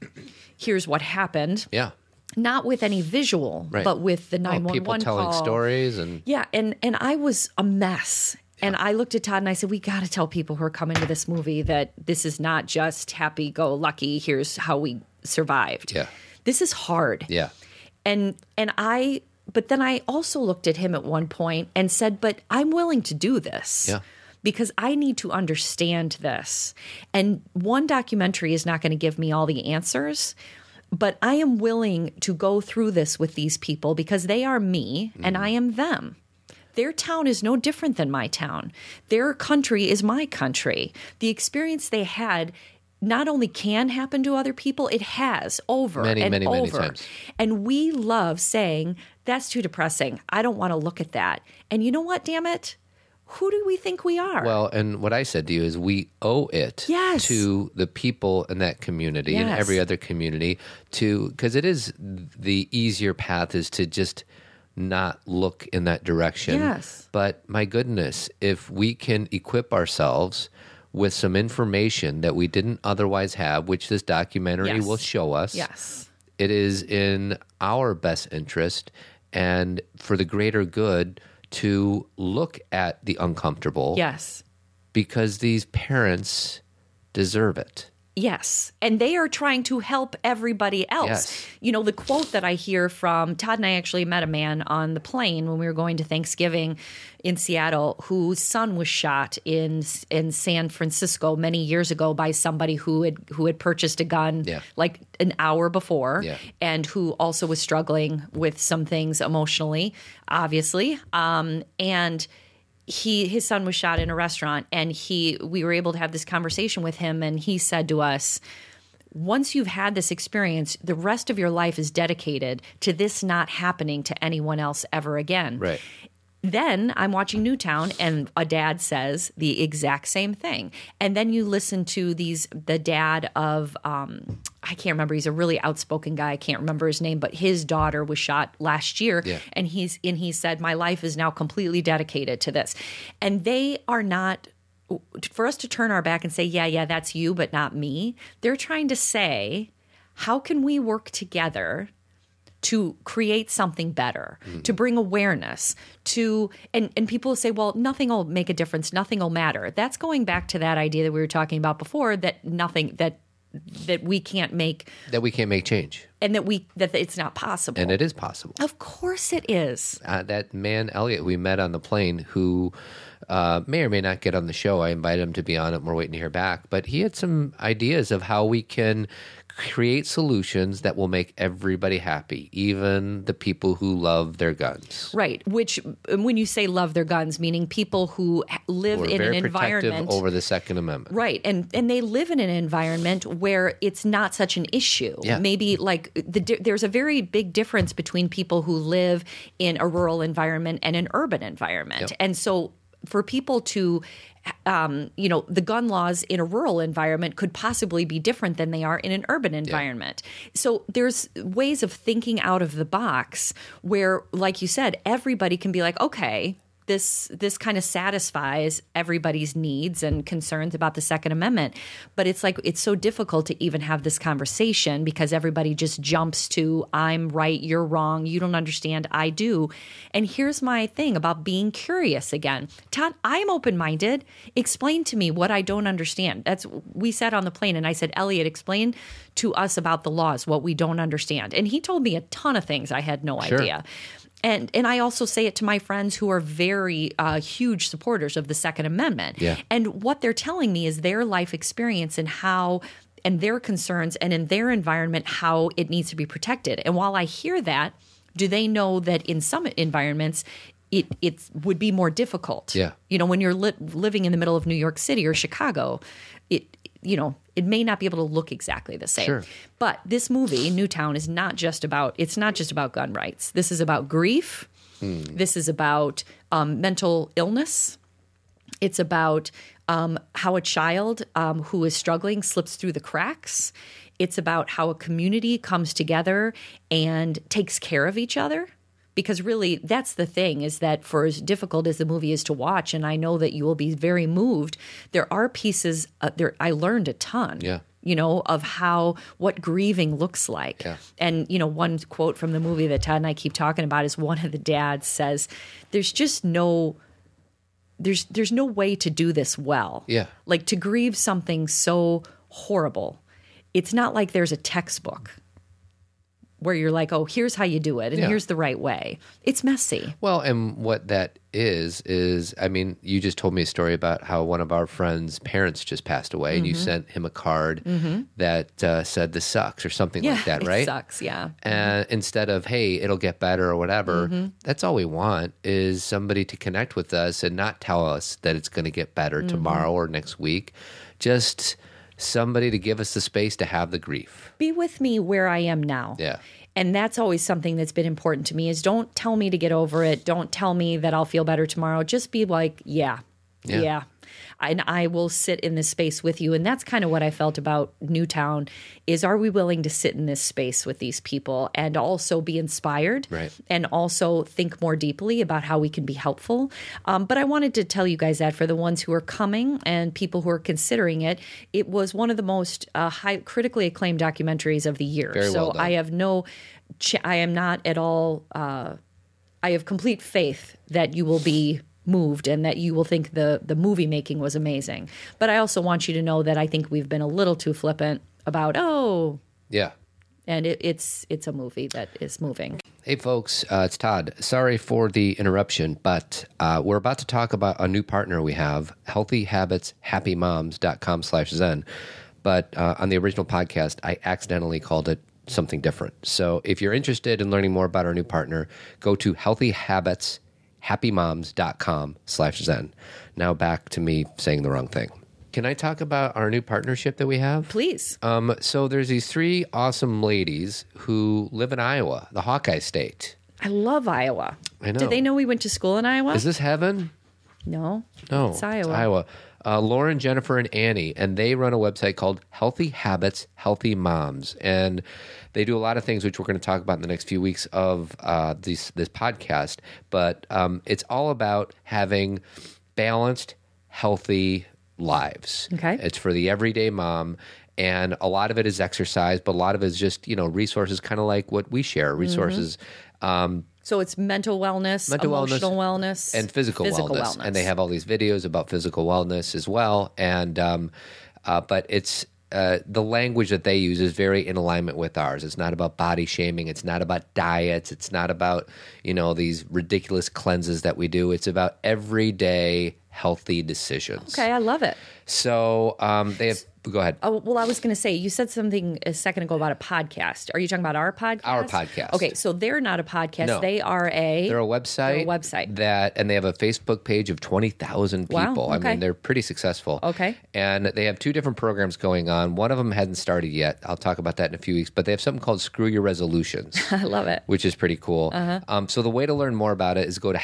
Speaker 2: here's what happened,
Speaker 1: yeah.
Speaker 2: not with any visual,
Speaker 1: Right.
Speaker 2: but with the
Speaker 1: Well,
Speaker 2: 911
Speaker 1: people telling
Speaker 2: call.
Speaker 1: stories and
Speaker 2: Yeah, and and I was a mess. And I looked at Todd and I said, "We got to tell people who are coming to this movie that this is not just happy go lucky. Here's how we survived.
Speaker 1: Yeah.
Speaker 2: this is hard.
Speaker 1: yeah.
Speaker 2: and and I. But then I also looked at him at one point and said, "But I'm willing to do this."
Speaker 1: Yeah.
Speaker 2: Because I need to understand this. And one documentary is not going to give me all the answers, but I am willing to go through this with these people because they are me and
Speaker 1: Mm.
Speaker 2: I am them. Their town is no different than my town. Their country is my country. The experience they had not only can happen to other people, it has over
Speaker 1: Many,
Speaker 2: and
Speaker 1: many,
Speaker 2: over.
Speaker 1: many times.
Speaker 2: And we love saying, that's too depressing. I don't want to look at that. And you know what, damn it? Who do we think we are?
Speaker 1: Well, and what I said to you is we owe it
Speaker 2: Yes.
Speaker 1: to the people in that community and
Speaker 2: Yes.
Speaker 1: every other community to, because it is the easier path is to just not look in that direction.
Speaker 2: Yes.
Speaker 1: But my goodness, if we can equip ourselves with some information that we didn't otherwise have, which this documentary
Speaker 2: Yes.
Speaker 1: will show us.
Speaker 2: yes.
Speaker 1: It is in our best interest and for the greater good to look at the uncomfortable
Speaker 2: Yes.
Speaker 1: because these parents deserve it.
Speaker 2: Yes. And they are trying to help everybody else.
Speaker 1: Yes.
Speaker 2: You know, the quote that I hear from Todd and I actually met a man on the plane when we were going to Thanksgiving in Seattle whose son was shot in in San Francisco many years ago by somebody who had who had purchased a gun
Speaker 1: Yeah.
Speaker 2: like an hour before
Speaker 1: Yeah.
Speaker 2: and who also was struggling with some things emotionally, obviously. Um and he his son was shot in a restaurant and he we were able to have this conversation with him and he said to us once you've had this experience the rest of your life is dedicated to this not happening to anyone else ever again
Speaker 1: Right.
Speaker 2: then I'm watching Newtown and a dad says the exact same thing. And then you listen to these the dad of um I can't remember he's a really outspoken guy. I can't remember his name, but his daughter was shot last year
Speaker 1: Yeah.
Speaker 2: and he's and he said my life is now completely dedicated to this. And they are not for us to turn our back and say yeah, yeah, that's you but not me. They're trying to say how can we work together to create something better,
Speaker 1: Mm-hmm.
Speaker 2: to bring awareness, to and and people say, well, nothing will make a difference, nothing will matter. That's going back to that idea that we were talking about before that nothing that that we can't make
Speaker 1: That we can't make change,
Speaker 2: and that we that it's not possible.
Speaker 1: and it is possible.
Speaker 2: of course it is.
Speaker 1: uh, that man Elliot we met on the plane, who uh, may or may not get on the show. I invited him to be on it, and we're waiting to hear back. But he had some ideas of how we can create solutions that will make everybody happy, even the people who love their guns.
Speaker 2: Right, which and when you say love their guns meaning people who ha- live
Speaker 1: We're
Speaker 2: in an
Speaker 1: very
Speaker 2: environment
Speaker 1: protective over the Second Amendment.
Speaker 2: Right. And and they live in an environment where it's not such an issue.
Speaker 1: Yeah.
Speaker 2: Maybe like the, di- there's a very big difference between people who live in a rural environment and an urban environment.
Speaker 1: Yep.
Speaker 2: And so for people to um, you know, the gun laws in a rural environment could possibly be different than they are in an urban environment. So there's ways of thinking out of the box where like you said everybody can be like okay, this this kind of satisfies everybody's needs and concerns about the second amendment but it's like it's so difficult to even have this conversation because everybody just jumps to i'm right you're wrong you don't understand i do and here's my thing about being curious again todd i'm open-minded explain to me what i don't understand that's we sat on the plane and i said elliot explain to us about the laws what we don't understand and he told me a ton of things i had no
Speaker 1: Sure.
Speaker 2: idea and and I also say it to my friends who are very uh, huge supporters of the Second Amendment.
Speaker 1: Yeah.
Speaker 2: And what they're telling me is their life experience and how and their concerns and in their environment how it needs to be protected. And while I hear that, do they know that in some environments it it would be more difficult?
Speaker 1: Yeah.
Speaker 2: You know, when you're li- living in the middle of New York City or Chicago, it you know it may not be able to look exactly the same.
Speaker 1: Sure.
Speaker 2: But this movie, Newtown, is not just about it's not just about gun rights. This is about grief.
Speaker 1: Hmm.
Speaker 2: This is about um, mental illness. It's about um, how a child um, who is struggling slips through the cracks. It's about how a community comes together and takes care of each other. Because really, that's the thing is that for as difficult as the movie is to watch, and I know that you will be very moved, there are pieces uh, there. I learned a ton
Speaker 1: Yeah.
Speaker 2: you know, of how what grieving looks like.
Speaker 1: Yeah.
Speaker 2: And you know, one quote from the movie that Todd and I keep talking about is one of the dads says, "There's just no." There's there's no way to do this well.
Speaker 1: Yeah.
Speaker 2: Like to grieve something so horrible. It's not like there's a textbook where you're like, "Oh, here's how you do it and
Speaker 1: Yeah.
Speaker 2: here's the right way." It's messy.
Speaker 1: Well, and what that is is, I mean, you just told me a story about how one of our friends' parents just passed away, and you sent him a card that uh, said "this sucks" or something like that, right?
Speaker 2: It sucks, yeah.
Speaker 1: and instead of hey it'll get better or whatever that's all we want is somebody to connect with us and not tell us that it's going to get better tomorrow or next week just somebody to give us the space to have the grief
Speaker 2: be with me where I am now.
Speaker 1: Yeah.
Speaker 2: And that's always something that's been important to me is don't tell me to get over it. Don't tell me that I'll feel better tomorrow. Just be like, yeah, yeah. and I will sit in this space with you. And that's kind of what I felt about Newtown is are we willing to sit in this space with these people and also be inspired
Speaker 1: Right.
Speaker 2: and also think more deeply about how we can be helpful. Um, but I wanted to tell you guys that for the ones who are coming and people who are considering it, it was one of the most uh, high, critically acclaimed documentaries of the year.
Speaker 1: Very
Speaker 2: so
Speaker 1: well done.
Speaker 2: I have no, ch- I am not at all. Uh, I have complete faith that you will be moved and that you will think the the movie making was amazing. But I also want you to know that I think we've been a little too flippant about oh,
Speaker 1: Yeah.
Speaker 2: and it, it's it's a movie that is moving.
Speaker 1: Hey, folks, uh, it's Todd. Sorry for the interruption, but uh, we're about to talk about a new partner we have, healthyhabitshappymoms.com slash zen. But uh, on the original podcast, I accidentally called it something different. So if you're interested in learning more about our new partner, go to healthyhabitshappymoms.com slash zen. Now back to me saying the wrong thing. Can I talk about our new partnership that we have?
Speaker 2: Please.
Speaker 1: Um, so there's these three awesome ladies who live in Iowa, the Hawkeye State.
Speaker 2: I love Iowa.
Speaker 1: I know.
Speaker 2: Did they know we went to school in Iowa?
Speaker 1: Is this heaven?
Speaker 2: no.
Speaker 1: No,
Speaker 2: It's Iowa.
Speaker 1: Uh, Lauren, Jennifer, and Annie, and they run a website called Healthy Habits, Healthy Moms, and they do a lot of things which we're going to talk about in the next few weeks of uh, this this podcast. But um, it's all about having balanced, healthy lives.
Speaker 2: Okay.
Speaker 1: It's for the everyday mom. And a lot of it is exercise, but a lot of it is just, you know, resources, kind of like what we share
Speaker 2: Mm-hmm.
Speaker 1: resources
Speaker 2: So it's mental wellness,
Speaker 1: Mental wellness
Speaker 2: emotional wellness,
Speaker 1: and physical,
Speaker 2: physical
Speaker 1: wellness.
Speaker 2: wellness.
Speaker 1: and they have all these videos about physical wellness as well. And um, uh, but it's uh, the language that they use is very in alignment with ours. It's not about body shaming. It's not about diets. It's not about you know these ridiculous cleanses that we do. It's about everyday healthy decisions.
Speaker 2: Okay, I love it.
Speaker 1: So um, they have. Go ahead.
Speaker 2: Oh, well, I was going to say, you said something a second ago about a podcast. Are you talking about our podcast?
Speaker 1: Our podcast.
Speaker 2: Okay, so they're not a podcast.
Speaker 1: No.
Speaker 2: They are a.
Speaker 1: They're a website.
Speaker 2: They're a website.
Speaker 1: that, and they have a Facebook page of twenty thousand people.
Speaker 2: Wow,
Speaker 1: I
Speaker 2: okay.
Speaker 1: mean, they're pretty successful.
Speaker 2: Okay.
Speaker 1: and they have two different programs going on. One of them hadn't started yet. I'll talk about that in a few weeks. But they have something called Screw Your Resolutions.
Speaker 2: I love it.
Speaker 1: Which is pretty cool.
Speaker 2: Uh-huh.
Speaker 1: Um, so the way to learn more about it is go to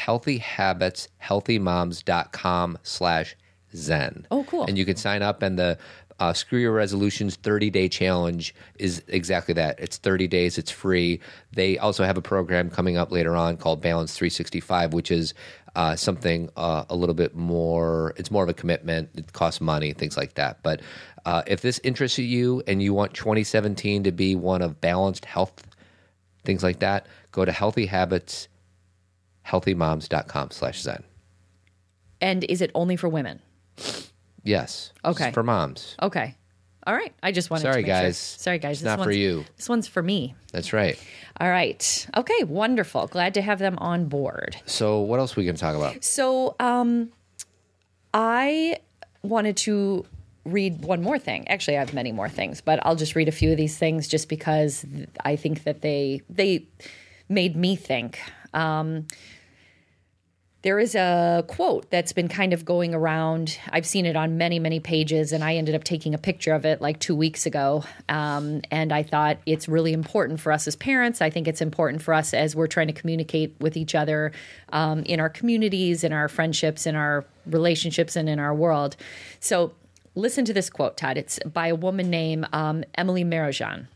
Speaker 1: healthyhabitshealthymoms.com slash zen.
Speaker 2: Oh, cool.
Speaker 1: And you can sign up and the uh, Screw Your Resolutions 30 day challenge is exactly that. It's 30 days, it's free. They also have a program coming up later on called Balance 365, which is uh, something uh, a little bit more, it's more of a commitment. It costs money, things like that. But uh, if this interests you and you want 2017 to be one of balanced health, things like that, go to Healthy Habits, healthymoms.com slash Zen.
Speaker 2: And is it only for women?
Speaker 1: Yes.
Speaker 2: Okay.
Speaker 1: It's for moms.
Speaker 2: Okay. All right. I just wanted
Speaker 1: Sorry,
Speaker 2: to make sure-
Speaker 1: guys.
Speaker 2: Sorry, guys.
Speaker 1: It's not for
Speaker 2: one's-
Speaker 1: you.
Speaker 2: This one's for me.
Speaker 1: That's right.
Speaker 2: All right. Okay, wonderful. Glad to have them on board.
Speaker 1: So what else we going to talk about?
Speaker 2: So, um, I wanted to read one more thing. Actually, I have many more things, but I'll just read a few of these things just because th- I think that they they made me think. Um, there is a quote that's been kind of going around. I've seen it on many, many pages, and I ended up taking a picture of it like two weeks ago. Um, and I thought it's really important for us as parents. I think it's important for us as we're trying to communicate with each other um, in our communities, in our friendships, in our relationships, and in our world. So listen to this quote, Todd. It's by a woman named um, Emily Marojan.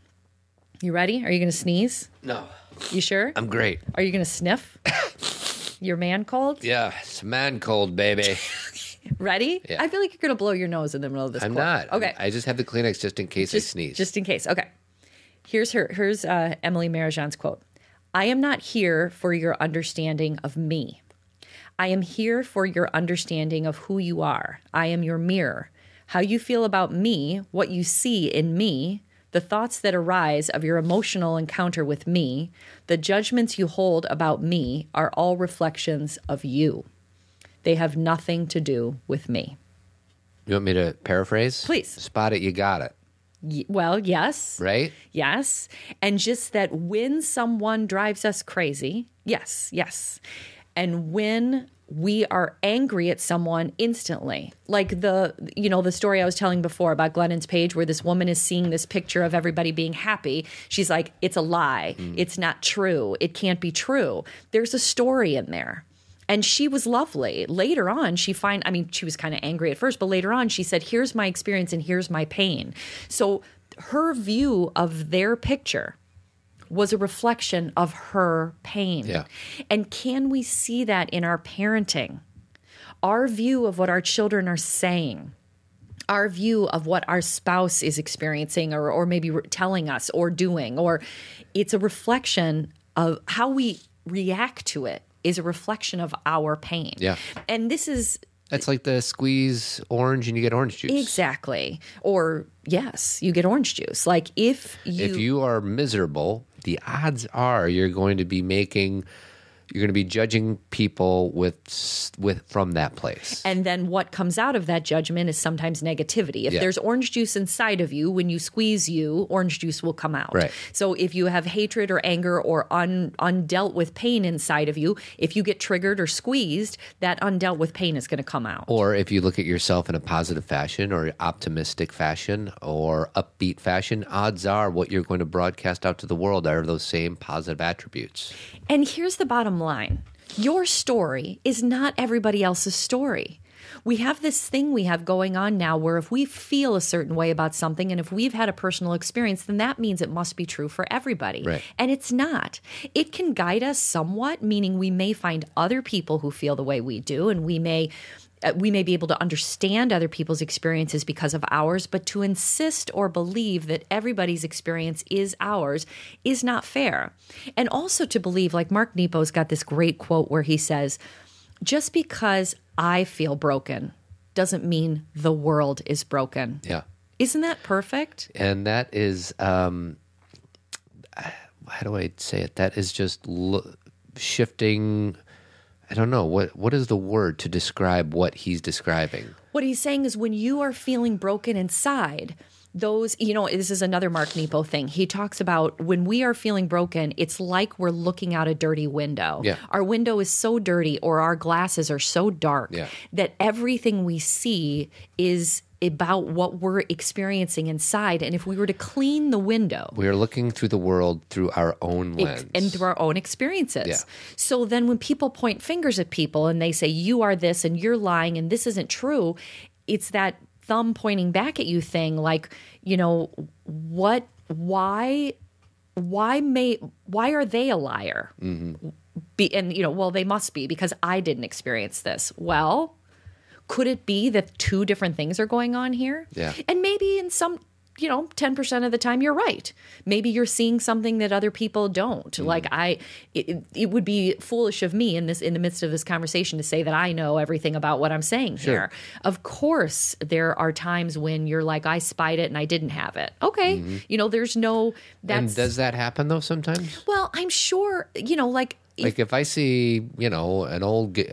Speaker 2: You ready? Are you going to sneeze?
Speaker 1: No.
Speaker 2: You sure?
Speaker 1: I'm great.
Speaker 2: Are you going to sniff? Your man cold?
Speaker 1: Yeah. It's man cold, baby.
Speaker 2: Ready?
Speaker 1: Yeah.
Speaker 2: I feel like you're going to blow your nose in the middle of this.
Speaker 1: I'm
Speaker 2: quote.
Speaker 1: not.
Speaker 2: Okay.
Speaker 1: I just have the Kleenex just in case I
Speaker 2: just,
Speaker 1: sneeze.
Speaker 2: Just in case. Okay. Here's her. Here's uh, Emily Marajan's quote. I am not here for your understanding of me. I am here for your understanding of who you are. I am your mirror. How you feel about me, what you see in me, the thoughts that arise of your emotional encounter with me, the judgments you hold about me are all reflections of you. They have nothing to do with me.
Speaker 1: you want me to paraphrase?
Speaker 2: Please.
Speaker 1: Spot it, you got it.
Speaker 2: Y- well, yes.
Speaker 1: Right?
Speaker 2: Yes. And just that when someone drives us crazy, yes, yes. And when we are angry at someone instantly. Like the you know the story I was telling before about Glennon's page where this woman is seeing this picture of everybody being happy. She's like it's a lie. It's not true. It can't be true. There's a story in there. and she was lovely later on she find i mean she was kind of angry at first but later on she said here's my experience and here's my pain so her view of their picture was a reflection of her pain
Speaker 1: Yeah.
Speaker 2: and can we see that in our parenting our view of what our children are saying our view of what our spouse is experiencing or or maybe re- telling us or doing or it's a reflection of how we react to it is a reflection of our pain.
Speaker 1: Yeah.
Speaker 2: And this is
Speaker 1: That's like the squeeze orange and you get orange juice.
Speaker 2: exactly or yes, you get orange juice. Like if you
Speaker 1: If you are miserable, the odds are you're going to be making you're going to be judging people with s- with from that place.
Speaker 2: and then what comes out of that judgment is sometimes negativity. If
Speaker 1: Yeah.
Speaker 2: there's orange juice inside of you, when you squeeze you, orange juice will come out.
Speaker 1: Right.
Speaker 2: So if you have hatred or anger or un, undealt with pain inside of you, if you get triggered or squeezed, that undealt with pain is going to come out.
Speaker 1: or if you look at yourself in a positive fashion or optimistic fashion or upbeat fashion, odds are what you're going to broadcast out to the world are those same positive attributes.
Speaker 2: And here's the bottom line your story is not everybody else's story. We have this thing we have going on now where if we feel a certain way about something and if we've had a personal experience, then that means it must be true for everybody.
Speaker 1: Right.
Speaker 2: And it's not. It can guide us somewhat, meaning we may find other people who feel the way we do and we may. uh, We may be able to understand other people's experiences because of ours, but to insist or believe that everybody's experience is ours is not fair. And also to believe, like Mark Nepo's got this great quote where he says, just because I feel broken doesn't mean the world is broken.
Speaker 1: Yeah.
Speaker 2: Isn't that perfect?
Speaker 1: and that is um how do i say it that is just lo- shifting i don't know what what is the word to describe what he's describing
Speaker 2: What he's saying is when you are feeling broken inside, those, you know, this is another Mark Nepo thing. He talks about when we are feeling broken, it's like we're looking out a dirty window.
Speaker 1: Yeah.
Speaker 2: Our window is so dirty or our glasses are so dark
Speaker 1: Yeah.
Speaker 2: that everything we see is about what we're experiencing inside. And if we were to clean the window,
Speaker 1: we are looking through the world through our own
Speaker 2: ex-
Speaker 1: lens
Speaker 2: and through our own experiences.
Speaker 1: Yeah.
Speaker 2: So then when people point fingers at people and they say, you are this and you're lying and this isn't true, it's that thumb pointing back at you thing like, you know, what, why, why may, why are they a liar? Be, and, you know, well, they must be because I didn't experience this. Well, could it be that two different things are going on here?
Speaker 1: Yeah.
Speaker 2: And maybe in some, you know, 10% of the time you're right. Maybe you're seeing something that other people don't.
Speaker 1: Mm-hmm.
Speaker 2: Like I it, it would be foolish of me in this in the midst of this conversation to say that I know everything about what I'm saying here. Of course, there are times when you're like I spied it and I didn't have it. Okay. You know, there's no
Speaker 1: Mm-hmm. And
Speaker 2: that's
Speaker 1: does that happen though sometimes
Speaker 2: well, I'm sure, you know, like
Speaker 1: like if i see you know an old g-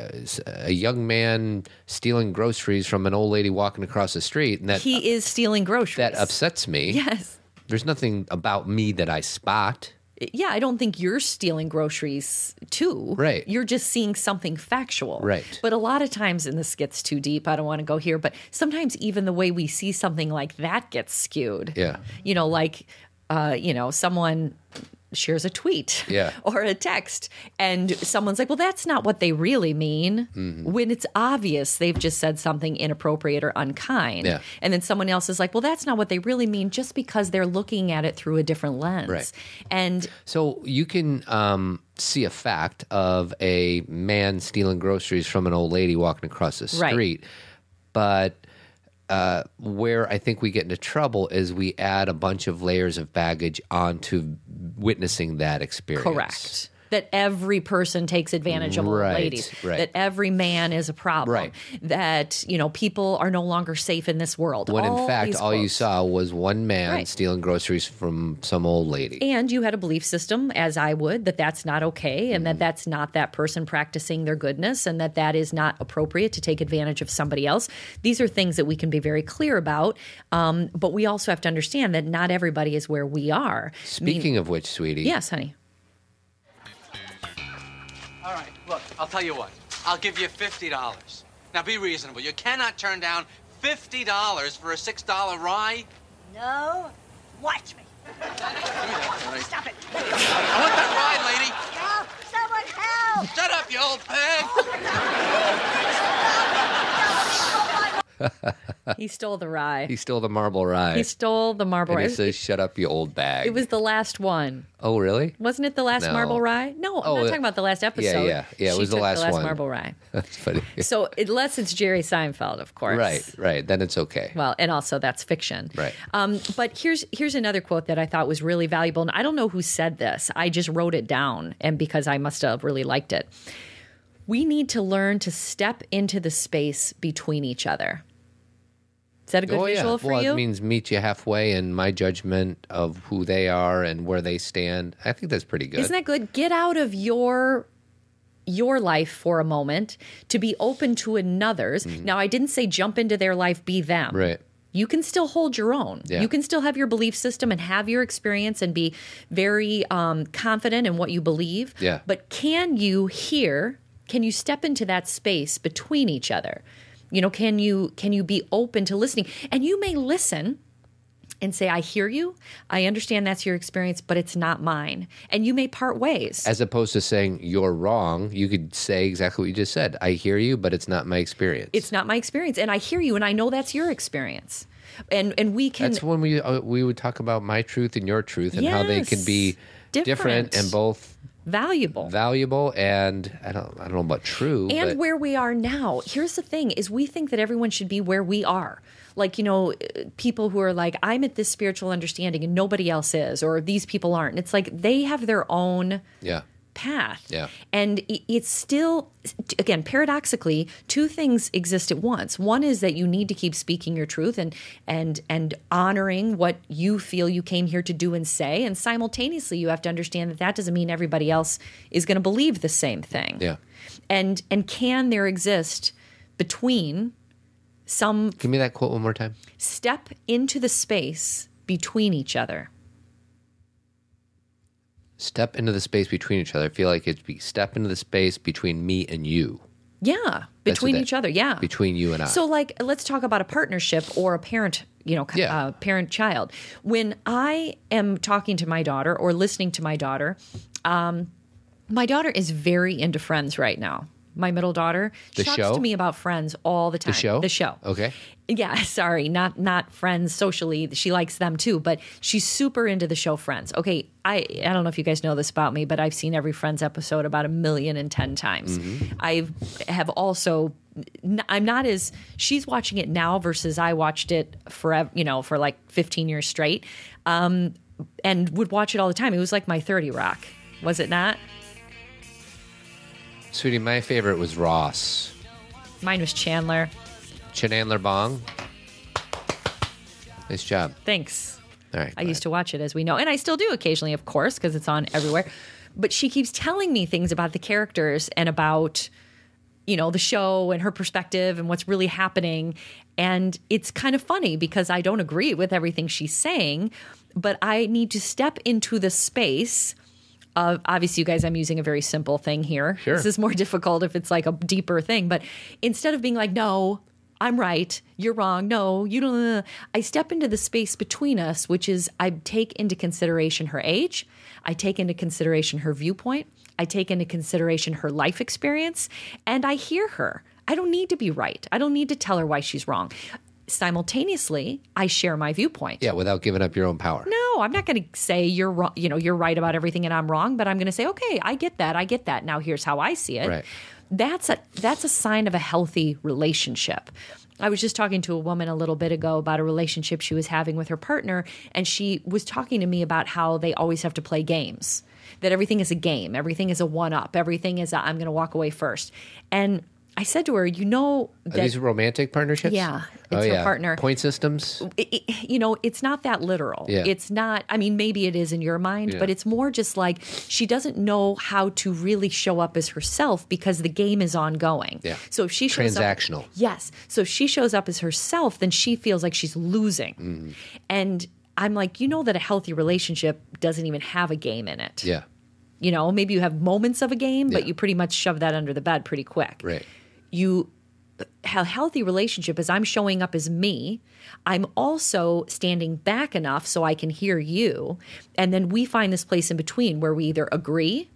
Speaker 1: a young man stealing groceries from an old lady walking across the street and that
Speaker 2: he is stealing groceries.
Speaker 1: that upsets me
Speaker 2: Yes.
Speaker 1: there's nothing about me that i spot
Speaker 2: yeah, I don't think you're stealing groceries too.
Speaker 1: Right.
Speaker 2: You're just seeing something factual.
Speaker 1: Right.
Speaker 2: But a lot of times, and this gets too deep, I don't want to go here, but sometimes even the way we see something like that gets skewed.
Speaker 1: Yeah.
Speaker 2: You know, like, uh, you know, someone shares a tweet
Speaker 1: Yeah.
Speaker 2: or a text and someone's like well that's not what they really mean
Speaker 1: Mm-hmm.
Speaker 2: when it's obvious they've just said something inappropriate or unkind
Speaker 1: Yeah.
Speaker 2: and then someone else is like well that's not what they really mean just because they're looking at it through a different lens
Speaker 1: Right.
Speaker 2: and
Speaker 1: So you can um, see a fact of a man stealing groceries from an old lady walking across the
Speaker 2: Right.
Speaker 1: street, but uh, where I think we get into trouble is we add a bunch of layers of baggage onto witnessing that experience.
Speaker 2: Correct. That every person takes advantage of
Speaker 1: Right,
Speaker 2: old ladies.
Speaker 1: right.
Speaker 2: That every man is a problem.
Speaker 1: Right.
Speaker 2: That you know people are no longer safe in this world.
Speaker 1: When in
Speaker 2: All
Speaker 1: fact,
Speaker 2: these
Speaker 1: all you
Speaker 2: quotes.
Speaker 1: saw was one man
Speaker 2: Right.
Speaker 1: stealing groceries from some old lady.
Speaker 2: And you had a belief system, as I would, that that's not okay,
Speaker 1: Mm.
Speaker 2: and that that's not that person practicing their goodness, and that that is not appropriate to take advantage of somebody else. These are things that we can be very clear about, um, but we also have to understand that not everybody is where we are.
Speaker 1: Speaking of which, sweetie,
Speaker 2: Yes, honey.
Speaker 5: All right, look, I'll tell you what. I'll give you $50. Now be reasonable. You cannot turn down $50 for a $6 rye.
Speaker 7: No, watch me.
Speaker 5: Give me that, all right?
Speaker 7: Stop it.
Speaker 5: I want that rye, lady.
Speaker 7: No, someone help! No!
Speaker 5: Shut up, you old pig!
Speaker 2: He stole the rye.
Speaker 1: He stole the marble rye.
Speaker 2: He stole the marble
Speaker 1: and
Speaker 2: rye.
Speaker 1: he says, "Shut up, you old bag."
Speaker 2: It was the last one.
Speaker 1: Oh, really?
Speaker 2: Wasn't it the last
Speaker 1: No.
Speaker 2: marble rye? No, I'm
Speaker 1: Oh,
Speaker 2: not
Speaker 1: uh,
Speaker 2: talking about the last episode.
Speaker 1: yeah, yeah, it
Speaker 2: She
Speaker 1: was the
Speaker 2: took
Speaker 1: last
Speaker 2: the last
Speaker 1: one.
Speaker 2: marble rye.
Speaker 1: That's funny.
Speaker 2: So unless it's Jerry Seinfeld, of course.
Speaker 1: right, right. Then it's okay.
Speaker 2: Well, and also that's fiction.
Speaker 1: Right.
Speaker 2: Um, but here's here's another quote that I thought was really valuable, and I don't know who said this. I just wrote it down, and because I must have really liked it. We need to learn to step into the space between each other. Is that a good
Speaker 1: oh yeah.
Speaker 2: visual for
Speaker 1: well,
Speaker 2: you?
Speaker 1: it means meet you halfway in my judgment of who they are and where they stand. I think that's pretty good.
Speaker 2: Isn't that good? Get out of your your life for a moment to be open to another's. Now, I didn't say jump into their life, be them.
Speaker 1: Mm-hmm. Right.
Speaker 2: You can still hold your own.
Speaker 1: Yeah.
Speaker 2: You can still have your belief system and have your experience and be very um, confident in what you believe.
Speaker 1: Yeah.
Speaker 2: But can you hear? Can you step into that space between each other? You know, can you can you be open to listening? And you may listen and say, I hear you. I understand that's your experience, but it's not mine. And you may part ways.
Speaker 1: As opposed to saying you're wrong, you could say exactly what you just said. I hear you, but it's not my experience.
Speaker 2: it's not my experience. And I hear you and I know that's your experience. And and we can
Speaker 1: That's when we uh, we would talk about my truth and your truth and how they can be
Speaker 2: Yes. Different.
Speaker 1: different and both
Speaker 2: valuable.
Speaker 1: valuable and I don't I don't know about true
Speaker 2: and
Speaker 1: but
Speaker 2: where we are now here's the thing is we think that everyone should be where we are like you know uh, people who are like i'm at this spiritual understanding and nobody else is or these people aren't and it's like they have their own
Speaker 1: yeah
Speaker 2: path
Speaker 1: Yeah.
Speaker 2: and i- it's still again paradoxically two things exist at once one is that you need to keep speaking your truth and and and honoring what you feel you came here to do and say and simultaneously you have to understand that that doesn't mean everybody else is going to believe the same thing
Speaker 1: yeah
Speaker 2: and and can there exist between some
Speaker 1: give me that quote one more time
Speaker 2: step into the space between each other
Speaker 1: step into the space between each other I feel like it's be step into the space between me and you
Speaker 2: yeah
Speaker 1: That's
Speaker 2: between
Speaker 1: what that-
Speaker 2: each other yeah
Speaker 1: between you and I
Speaker 2: so like let's talk about a partnership or a parent you know
Speaker 1: Yeah.
Speaker 2: uh, parent child when i am talking to my daughter or listening to my daughter um, my daughter is very into friends right now my middle daughter
Speaker 1: The
Speaker 2: she talks
Speaker 1: show?
Speaker 2: to me about friends all the time
Speaker 1: the show
Speaker 2: the show
Speaker 1: okay
Speaker 2: yeah sorry not not friends socially she likes them too but she's super into the show friends okay i i don't know if you guys know this about me but i've seen every friends episode about a million and ten times
Speaker 1: Mm-hmm.
Speaker 2: i have also n- i'm not as she's watching it now versus i watched it forever you know for like 15 years straight um and would watch it all the time it was like my 30 rock was it not
Speaker 1: sweetie my favorite was Ross
Speaker 2: mine was chandler
Speaker 1: Chenandler Bong nice job
Speaker 2: thanks
Speaker 1: all right
Speaker 2: I used to watch it, as we know, and I still do occasionally, of course, because it's on everywhere. But she keeps telling me things about the characters and about, you know, the show and her perspective and what's really happening. And it's kind of funny because I don't agree with everything she's saying, but I need to step into the space. Of, obviously, you guys, I'm using a very simple thing here.
Speaker 1: Sure.
Speaker 2: This is more difficult if it's like a deeper thing. But instead of being like, no, I'm right, you're wrong, no, you don't, I step into the space between us, which is I take into consideration her age, I take into consideration her viewpoint, I take into consideration her life experience, and I hear her. I don't need to be right. I don't need to tell her why she's wrong. Simultaneously, I share my viewpoint.
Speaker 1: yeah without giving up your own power
Speaker 2: No, I'm not going to say you're wrong, you know, you're right about everything and I'm wrong, but I'm going to say, "Okay, I get that. I get that. Now here's how I see it."
Speaker 1: Right.
Speaker 2: That's a that's a sign of a healthy relationship. I was just talking to a woman a little bit ago about a relationship she was having with her partner and she was talking to me about how they always have to play games. That everything is a game, everything is a one up, everything is i I'm going to walk away first. And I said to her, "You know
Speaker 1: Are
Speaker 2: that
Speaker 1: these romantic partnerships? Oh,
Speaker 2: Yeah, it's her partner.
Speaker 1: Point systems.
Speaker 2: it, it- you know, it's not that literal.
Speaker 1: Yeah.
Speaker 2: It's not, I mean, maybe it is in your mind,
Speaker 1: Yeah.
Speaker 2: but it's more just like she doesn't know how to really show up as herself because the game is ongoing.
Speaker 1: Yeah.
Speaker 2: So if she shows up-
Speaker 1: Transactional.
Speaker 2: yes. So if she shows up as herself, then she feels like she's losing.
Speaker 1: Mm-hmm.
Speaker 2: And I'm like, you know, that a healthy relationship doesn't even have a game in it.
Speaker 1: Yeah,
Speaker 2: You know, maybe you have moments of a game, but
Speaker 1: Yeah.
Speaker 2: you pretty much shove that under the bed pretty quick
Speaker 1: right.
Speaker 2: you a healthy relationship is I'm showing up as me. I'm also standing back enough so I can hear you. And then we find this place in between where we either agree,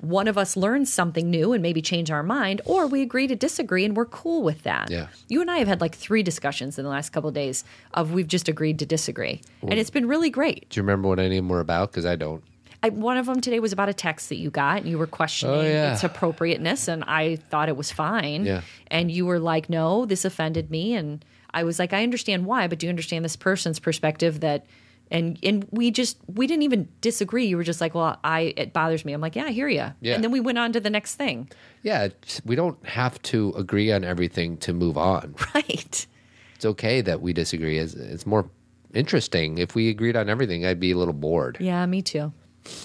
Speaker 2: one of us learns something new and maybe change our mind, or we agree to disagree and we're cool with that.
Speaker 1: Yeah.
Speaker 2: You and I have had like three discussions in the last couple of days of we've just agreed to disagree. And it's been really great.
Speaker 1: Do you remember what any of them were about? Because I don't.
Speaker 2: I, one of them today was about a text that you got and you were questioning
Speaker 1: Oh, yeah.
Speaker 2: its appropriateness and I thought it was fine.
Speaker 1: Yeah.
Speaker 2: And you were like, no, this offended me. And I was like, I understand why, but do you understand this person's perspective that, and, and we just, we didn't even disagree. You were just like, well, I, it bothers me. I'm like, yeah, I hear you.
Speaker 1: Yeah.
Speaker 2: And then we went on to the next thing.
Speaker 1: Yeah, it's, we don't have to agree on everything to move on.
Speaker 2: Right.
Speaker 1: It's okay that we disagree. It's, it's more interesting. If we agreed on everything, I'd be a little bored.
Speaker 2: Yeah, me too.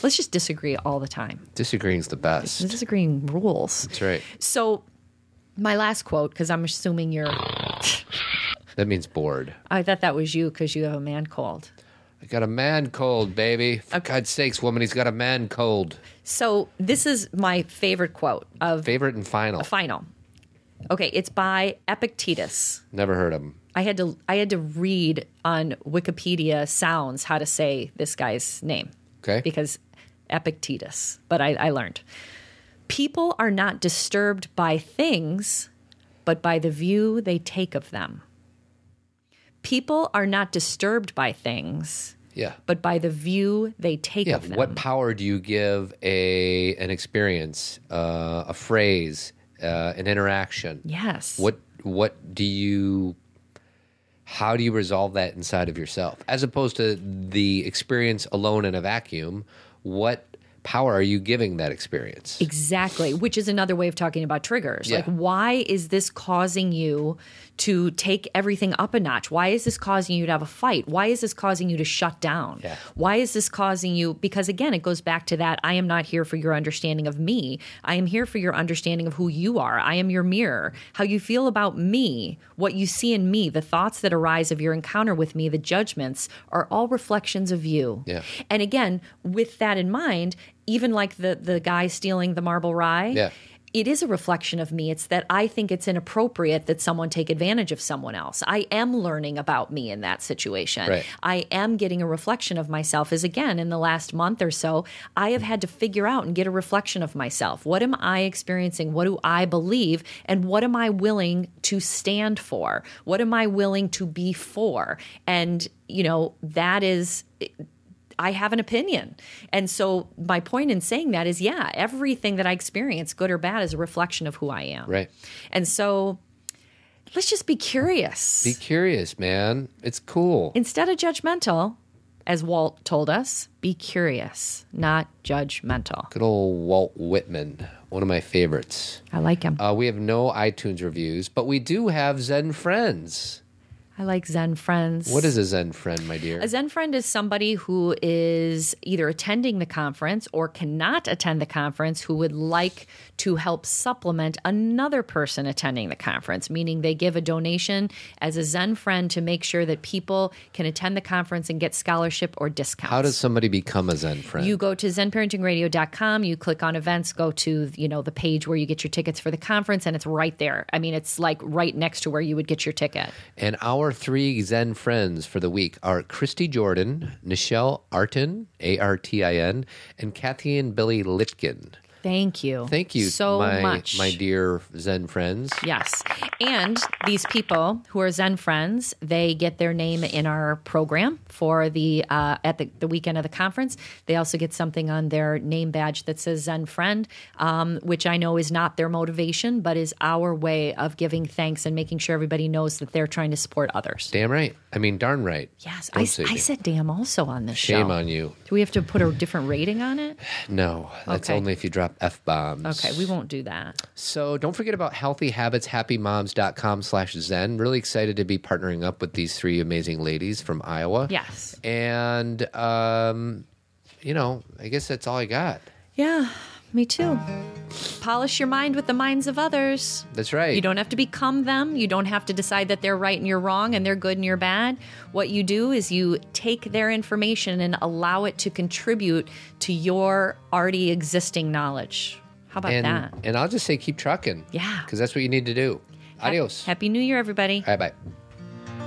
Speaker 2: Let's just disagree all the time.
Speaker 1: Disagreeing's the best.
Speaker 2: Disagreeing rules.
Speaker 1: That's right.
Speaker 2: So, my last quote, because I'm assuming you're,
Speaker 1: That means bored.
Speaker 2: I thought that was you because you have a man cold.
Speaker 1: I got a man cold, baby. For
Speaker 2: Okay.
Speaker 1: God's sakes, woman, he's got a man cold.
Speaker 2: So this is my favorite quote of
Speaker 1: Favorite and final.
Speaker 2: final. Okay, it's by Epictetus.
Speaker 1: Never heard of him.
Speaker 2: I had to I had to read on Wikipedia sounds how to say this guy's name
Speaker 1: Okay.
Speaker 2: because Epictetus, but I, I learned. People are not disturbed by things, but by the view they take of them. People are not disturbed by things,
Speaker 1: yeah.
Speaker 2: but by the view they take
Speaker 1: Yeah.
Speaker 2: of them.
Speaker 1: What power do you give a an experience, uh, a phrase, uh, an interaction?
Speaker 2: yes.
Speaker 1: What What do you? How do you resolve that inside of yourself, as opposed to the experience alone in a vacuum? What power are you giving that experience?
Speaker 2: Exactly, which is another way of talking about triggers.
Speaker 1: Yeah.
Speaker 2: Like, why is this causing you to take everything up a notch? Why is this causing you to have a fight? Why is this causing you to shut down?
Speaker 1: Yeah.
Speaker 2: Why is this causing you? Because again, it goes back to that I am not here for your understanding of me. I am here for your understanding of who you are. I am your mirror. How you feel about me, what you see in me, the thoughts that arise of your encounter with me, the judgments are all reflections of you.
Speaker 1: Yeah.
Speaker 2: And again, with that in mind, even like the the guy stealing the marble rye,
Speaker 1: Yeah.
Speaker 2: it is a reflection of me. It's that I think it's inappropriate that someone take advantage of someone else. I am learning about me in that situation.
Speaker 1: Right.
Speaker 2: I am getting a reflection of myself. Is again in the last month or so, I have had to figure out and get a reflection of myself. What am I experiencing? What do I believe? And what am I willing to stand for? What am I willing to be for? And you know that is I have an opinion. And so my point in saying that is yeah, everything that I experience, good or bad, is a reflection of who I am.
Speaker 1: Right.
Speaker 2: And so let's just be curious.
Speaker 1: Be curious, man. It's cool.
Speaker 2: Instead of judgmental, as Walt told us, be curious, not judgmental.
Speaker 1: Good old Walt Whitman, one of my favorites.
Speaker 2: I like him.
Speaker 1: Uh, we have no iTunes reviews, but we do have Zen friends.
Speaker 2: I like Zen friends.
Speaker 1: What is a Zen friend, my dear?
Speaker 2: A Zen friend is somebody who is either attending the conference or cannot attend the conference who would like to help supplement another person attending the conference, meaning they give a donation as a Zen friend to make sure that people can attend the conference and get scholarship or discounts.
Speaker 1: How does somebody become a Zen friend?
Speaker 2: You go to zenparentingradio.com, you click on events, go to, you know, the page where you get your tickets for the conference and it's right there. I mean, it's like right next to where you would get your ticket.
Speaker 1: and our three Zen friends for the week are Christy Jordan, Nichelle Artin, A R T I N, and Kathy and Billy Litkin.
Speaker 2: Thank you.
Speaker 1: Thank you
Speaker 2: so
Speaker 1: my,
Speaker 2: much.
Speaker 1: my dear Zen friends.
Speaker 2: Yes. And these people who are Zen friends, they get their name in our program for the uh, at the, the weekend of the conference. They also get something on their name badge that says Zen friend, um, which I know is not their motivation, but is our way of giving thanks and making sure everybody knows that they're trying to support others.
Speaker 1: Damn right. I mean, darn right.
Speaker 2: Yes,
Speaker 1: Don't
Speaker 2: I,
Speaker 1: say
Speaker 2: I
Speaker 1: damn.
Speaker 2: said damn also on this show.
Speaker 1: Shame on you.
Speaker 2: Do we have to put a different rating on it?
Speaker 1: No, that's
Speaker 2: Okay.
Speaker 1: only if you drop F bombs.
Speaker 2: Okay, we won't do that.
Speaker 1: So don't forget about healthyhabitshappymoms.com slash zen. Really excited to be partnering up with these three amazing ladies from Iowa.
Speaker 2: Yes.
Speaker 1: And, um, you know, I guess that's all I got.
Speaker 2: Yeah, me too. Polish your mind with the minds of others.
Speaker 1: That's right.
Speaker 2: You don't have to become them. You don't have to decide that they're right and you're wrong and they're good and you're bad. What you do is you take their information and allow it to contribute to your already existing knowledge. How about
Speaker 1: and,
Speaker 2: that?
Speaker 1: and I'll just say keep trucking.
Speaker 2: Yeah.
Speaker 1: Because that's what you need to do. Adios.
Speaker 2: Happy New Year, everybody.
Speaker 1: all right, bye.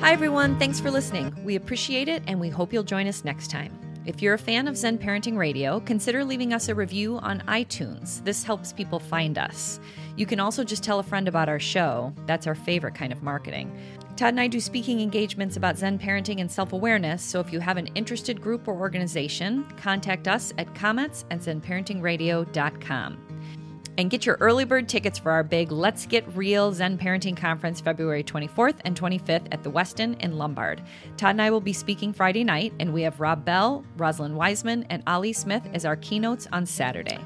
Speaker 2: Hi, everyone. Thanks for listening. We appreciate it and we hope you'll join us next time. If you're a fan of Zen Parenting Radio, consider leaving us a review on iTunes. This helps people find us. You can also just tell a friend about our show. That's our favorite kind of marketing. Todd and I do speaking engagements about Zen parenting and self awareness, so if you have an interested group or organization, contact us at comments at zenparentingradio.com. And get your early bird tickets for our big Let's Get Real Zen Parenting Conference February 24th and 25th at the Westin in Lombard. Todd and I will be speaking Friday night, and we have Rob Bell, Rosalind Wiseman, and Ali Smith as our keynotes on Saturday.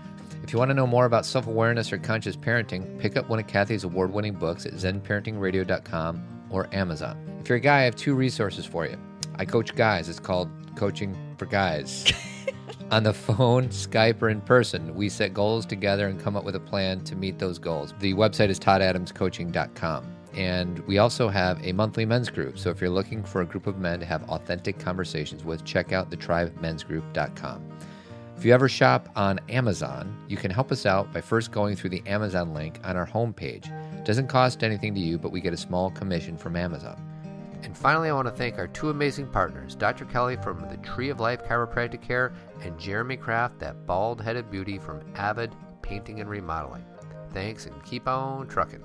Speaker 1: If you want to know more about self awareness or conscious parenting, pick up one of Kathy's award winning books at zenparentingradio.com or Amazon. If you're a guy, I have two resources for you. I coach guys, it's called Coaching for Guys. On the phone, Skype, or in person, we set goals together and come up with a plan to meet those goals. The website is toddadamscoaching.com. And we also have a monthly men's group. So if you're looking for a group of men to have authentic conversations with, check out thetribemensgroup.com. If you ever shop on Amazon, you can help us out by first going through the Amazon link on our homepage. It doesn't cost anything to you, but we get a small commission from Amazon. And finally, I want to thank our two amazing partners, Dr. Kelly from the Tree of Life Chiropractic Care and Jeremy Kraft, that bald headed beauty from Avid Painting and Remodeling. Thanks and keep on trucking.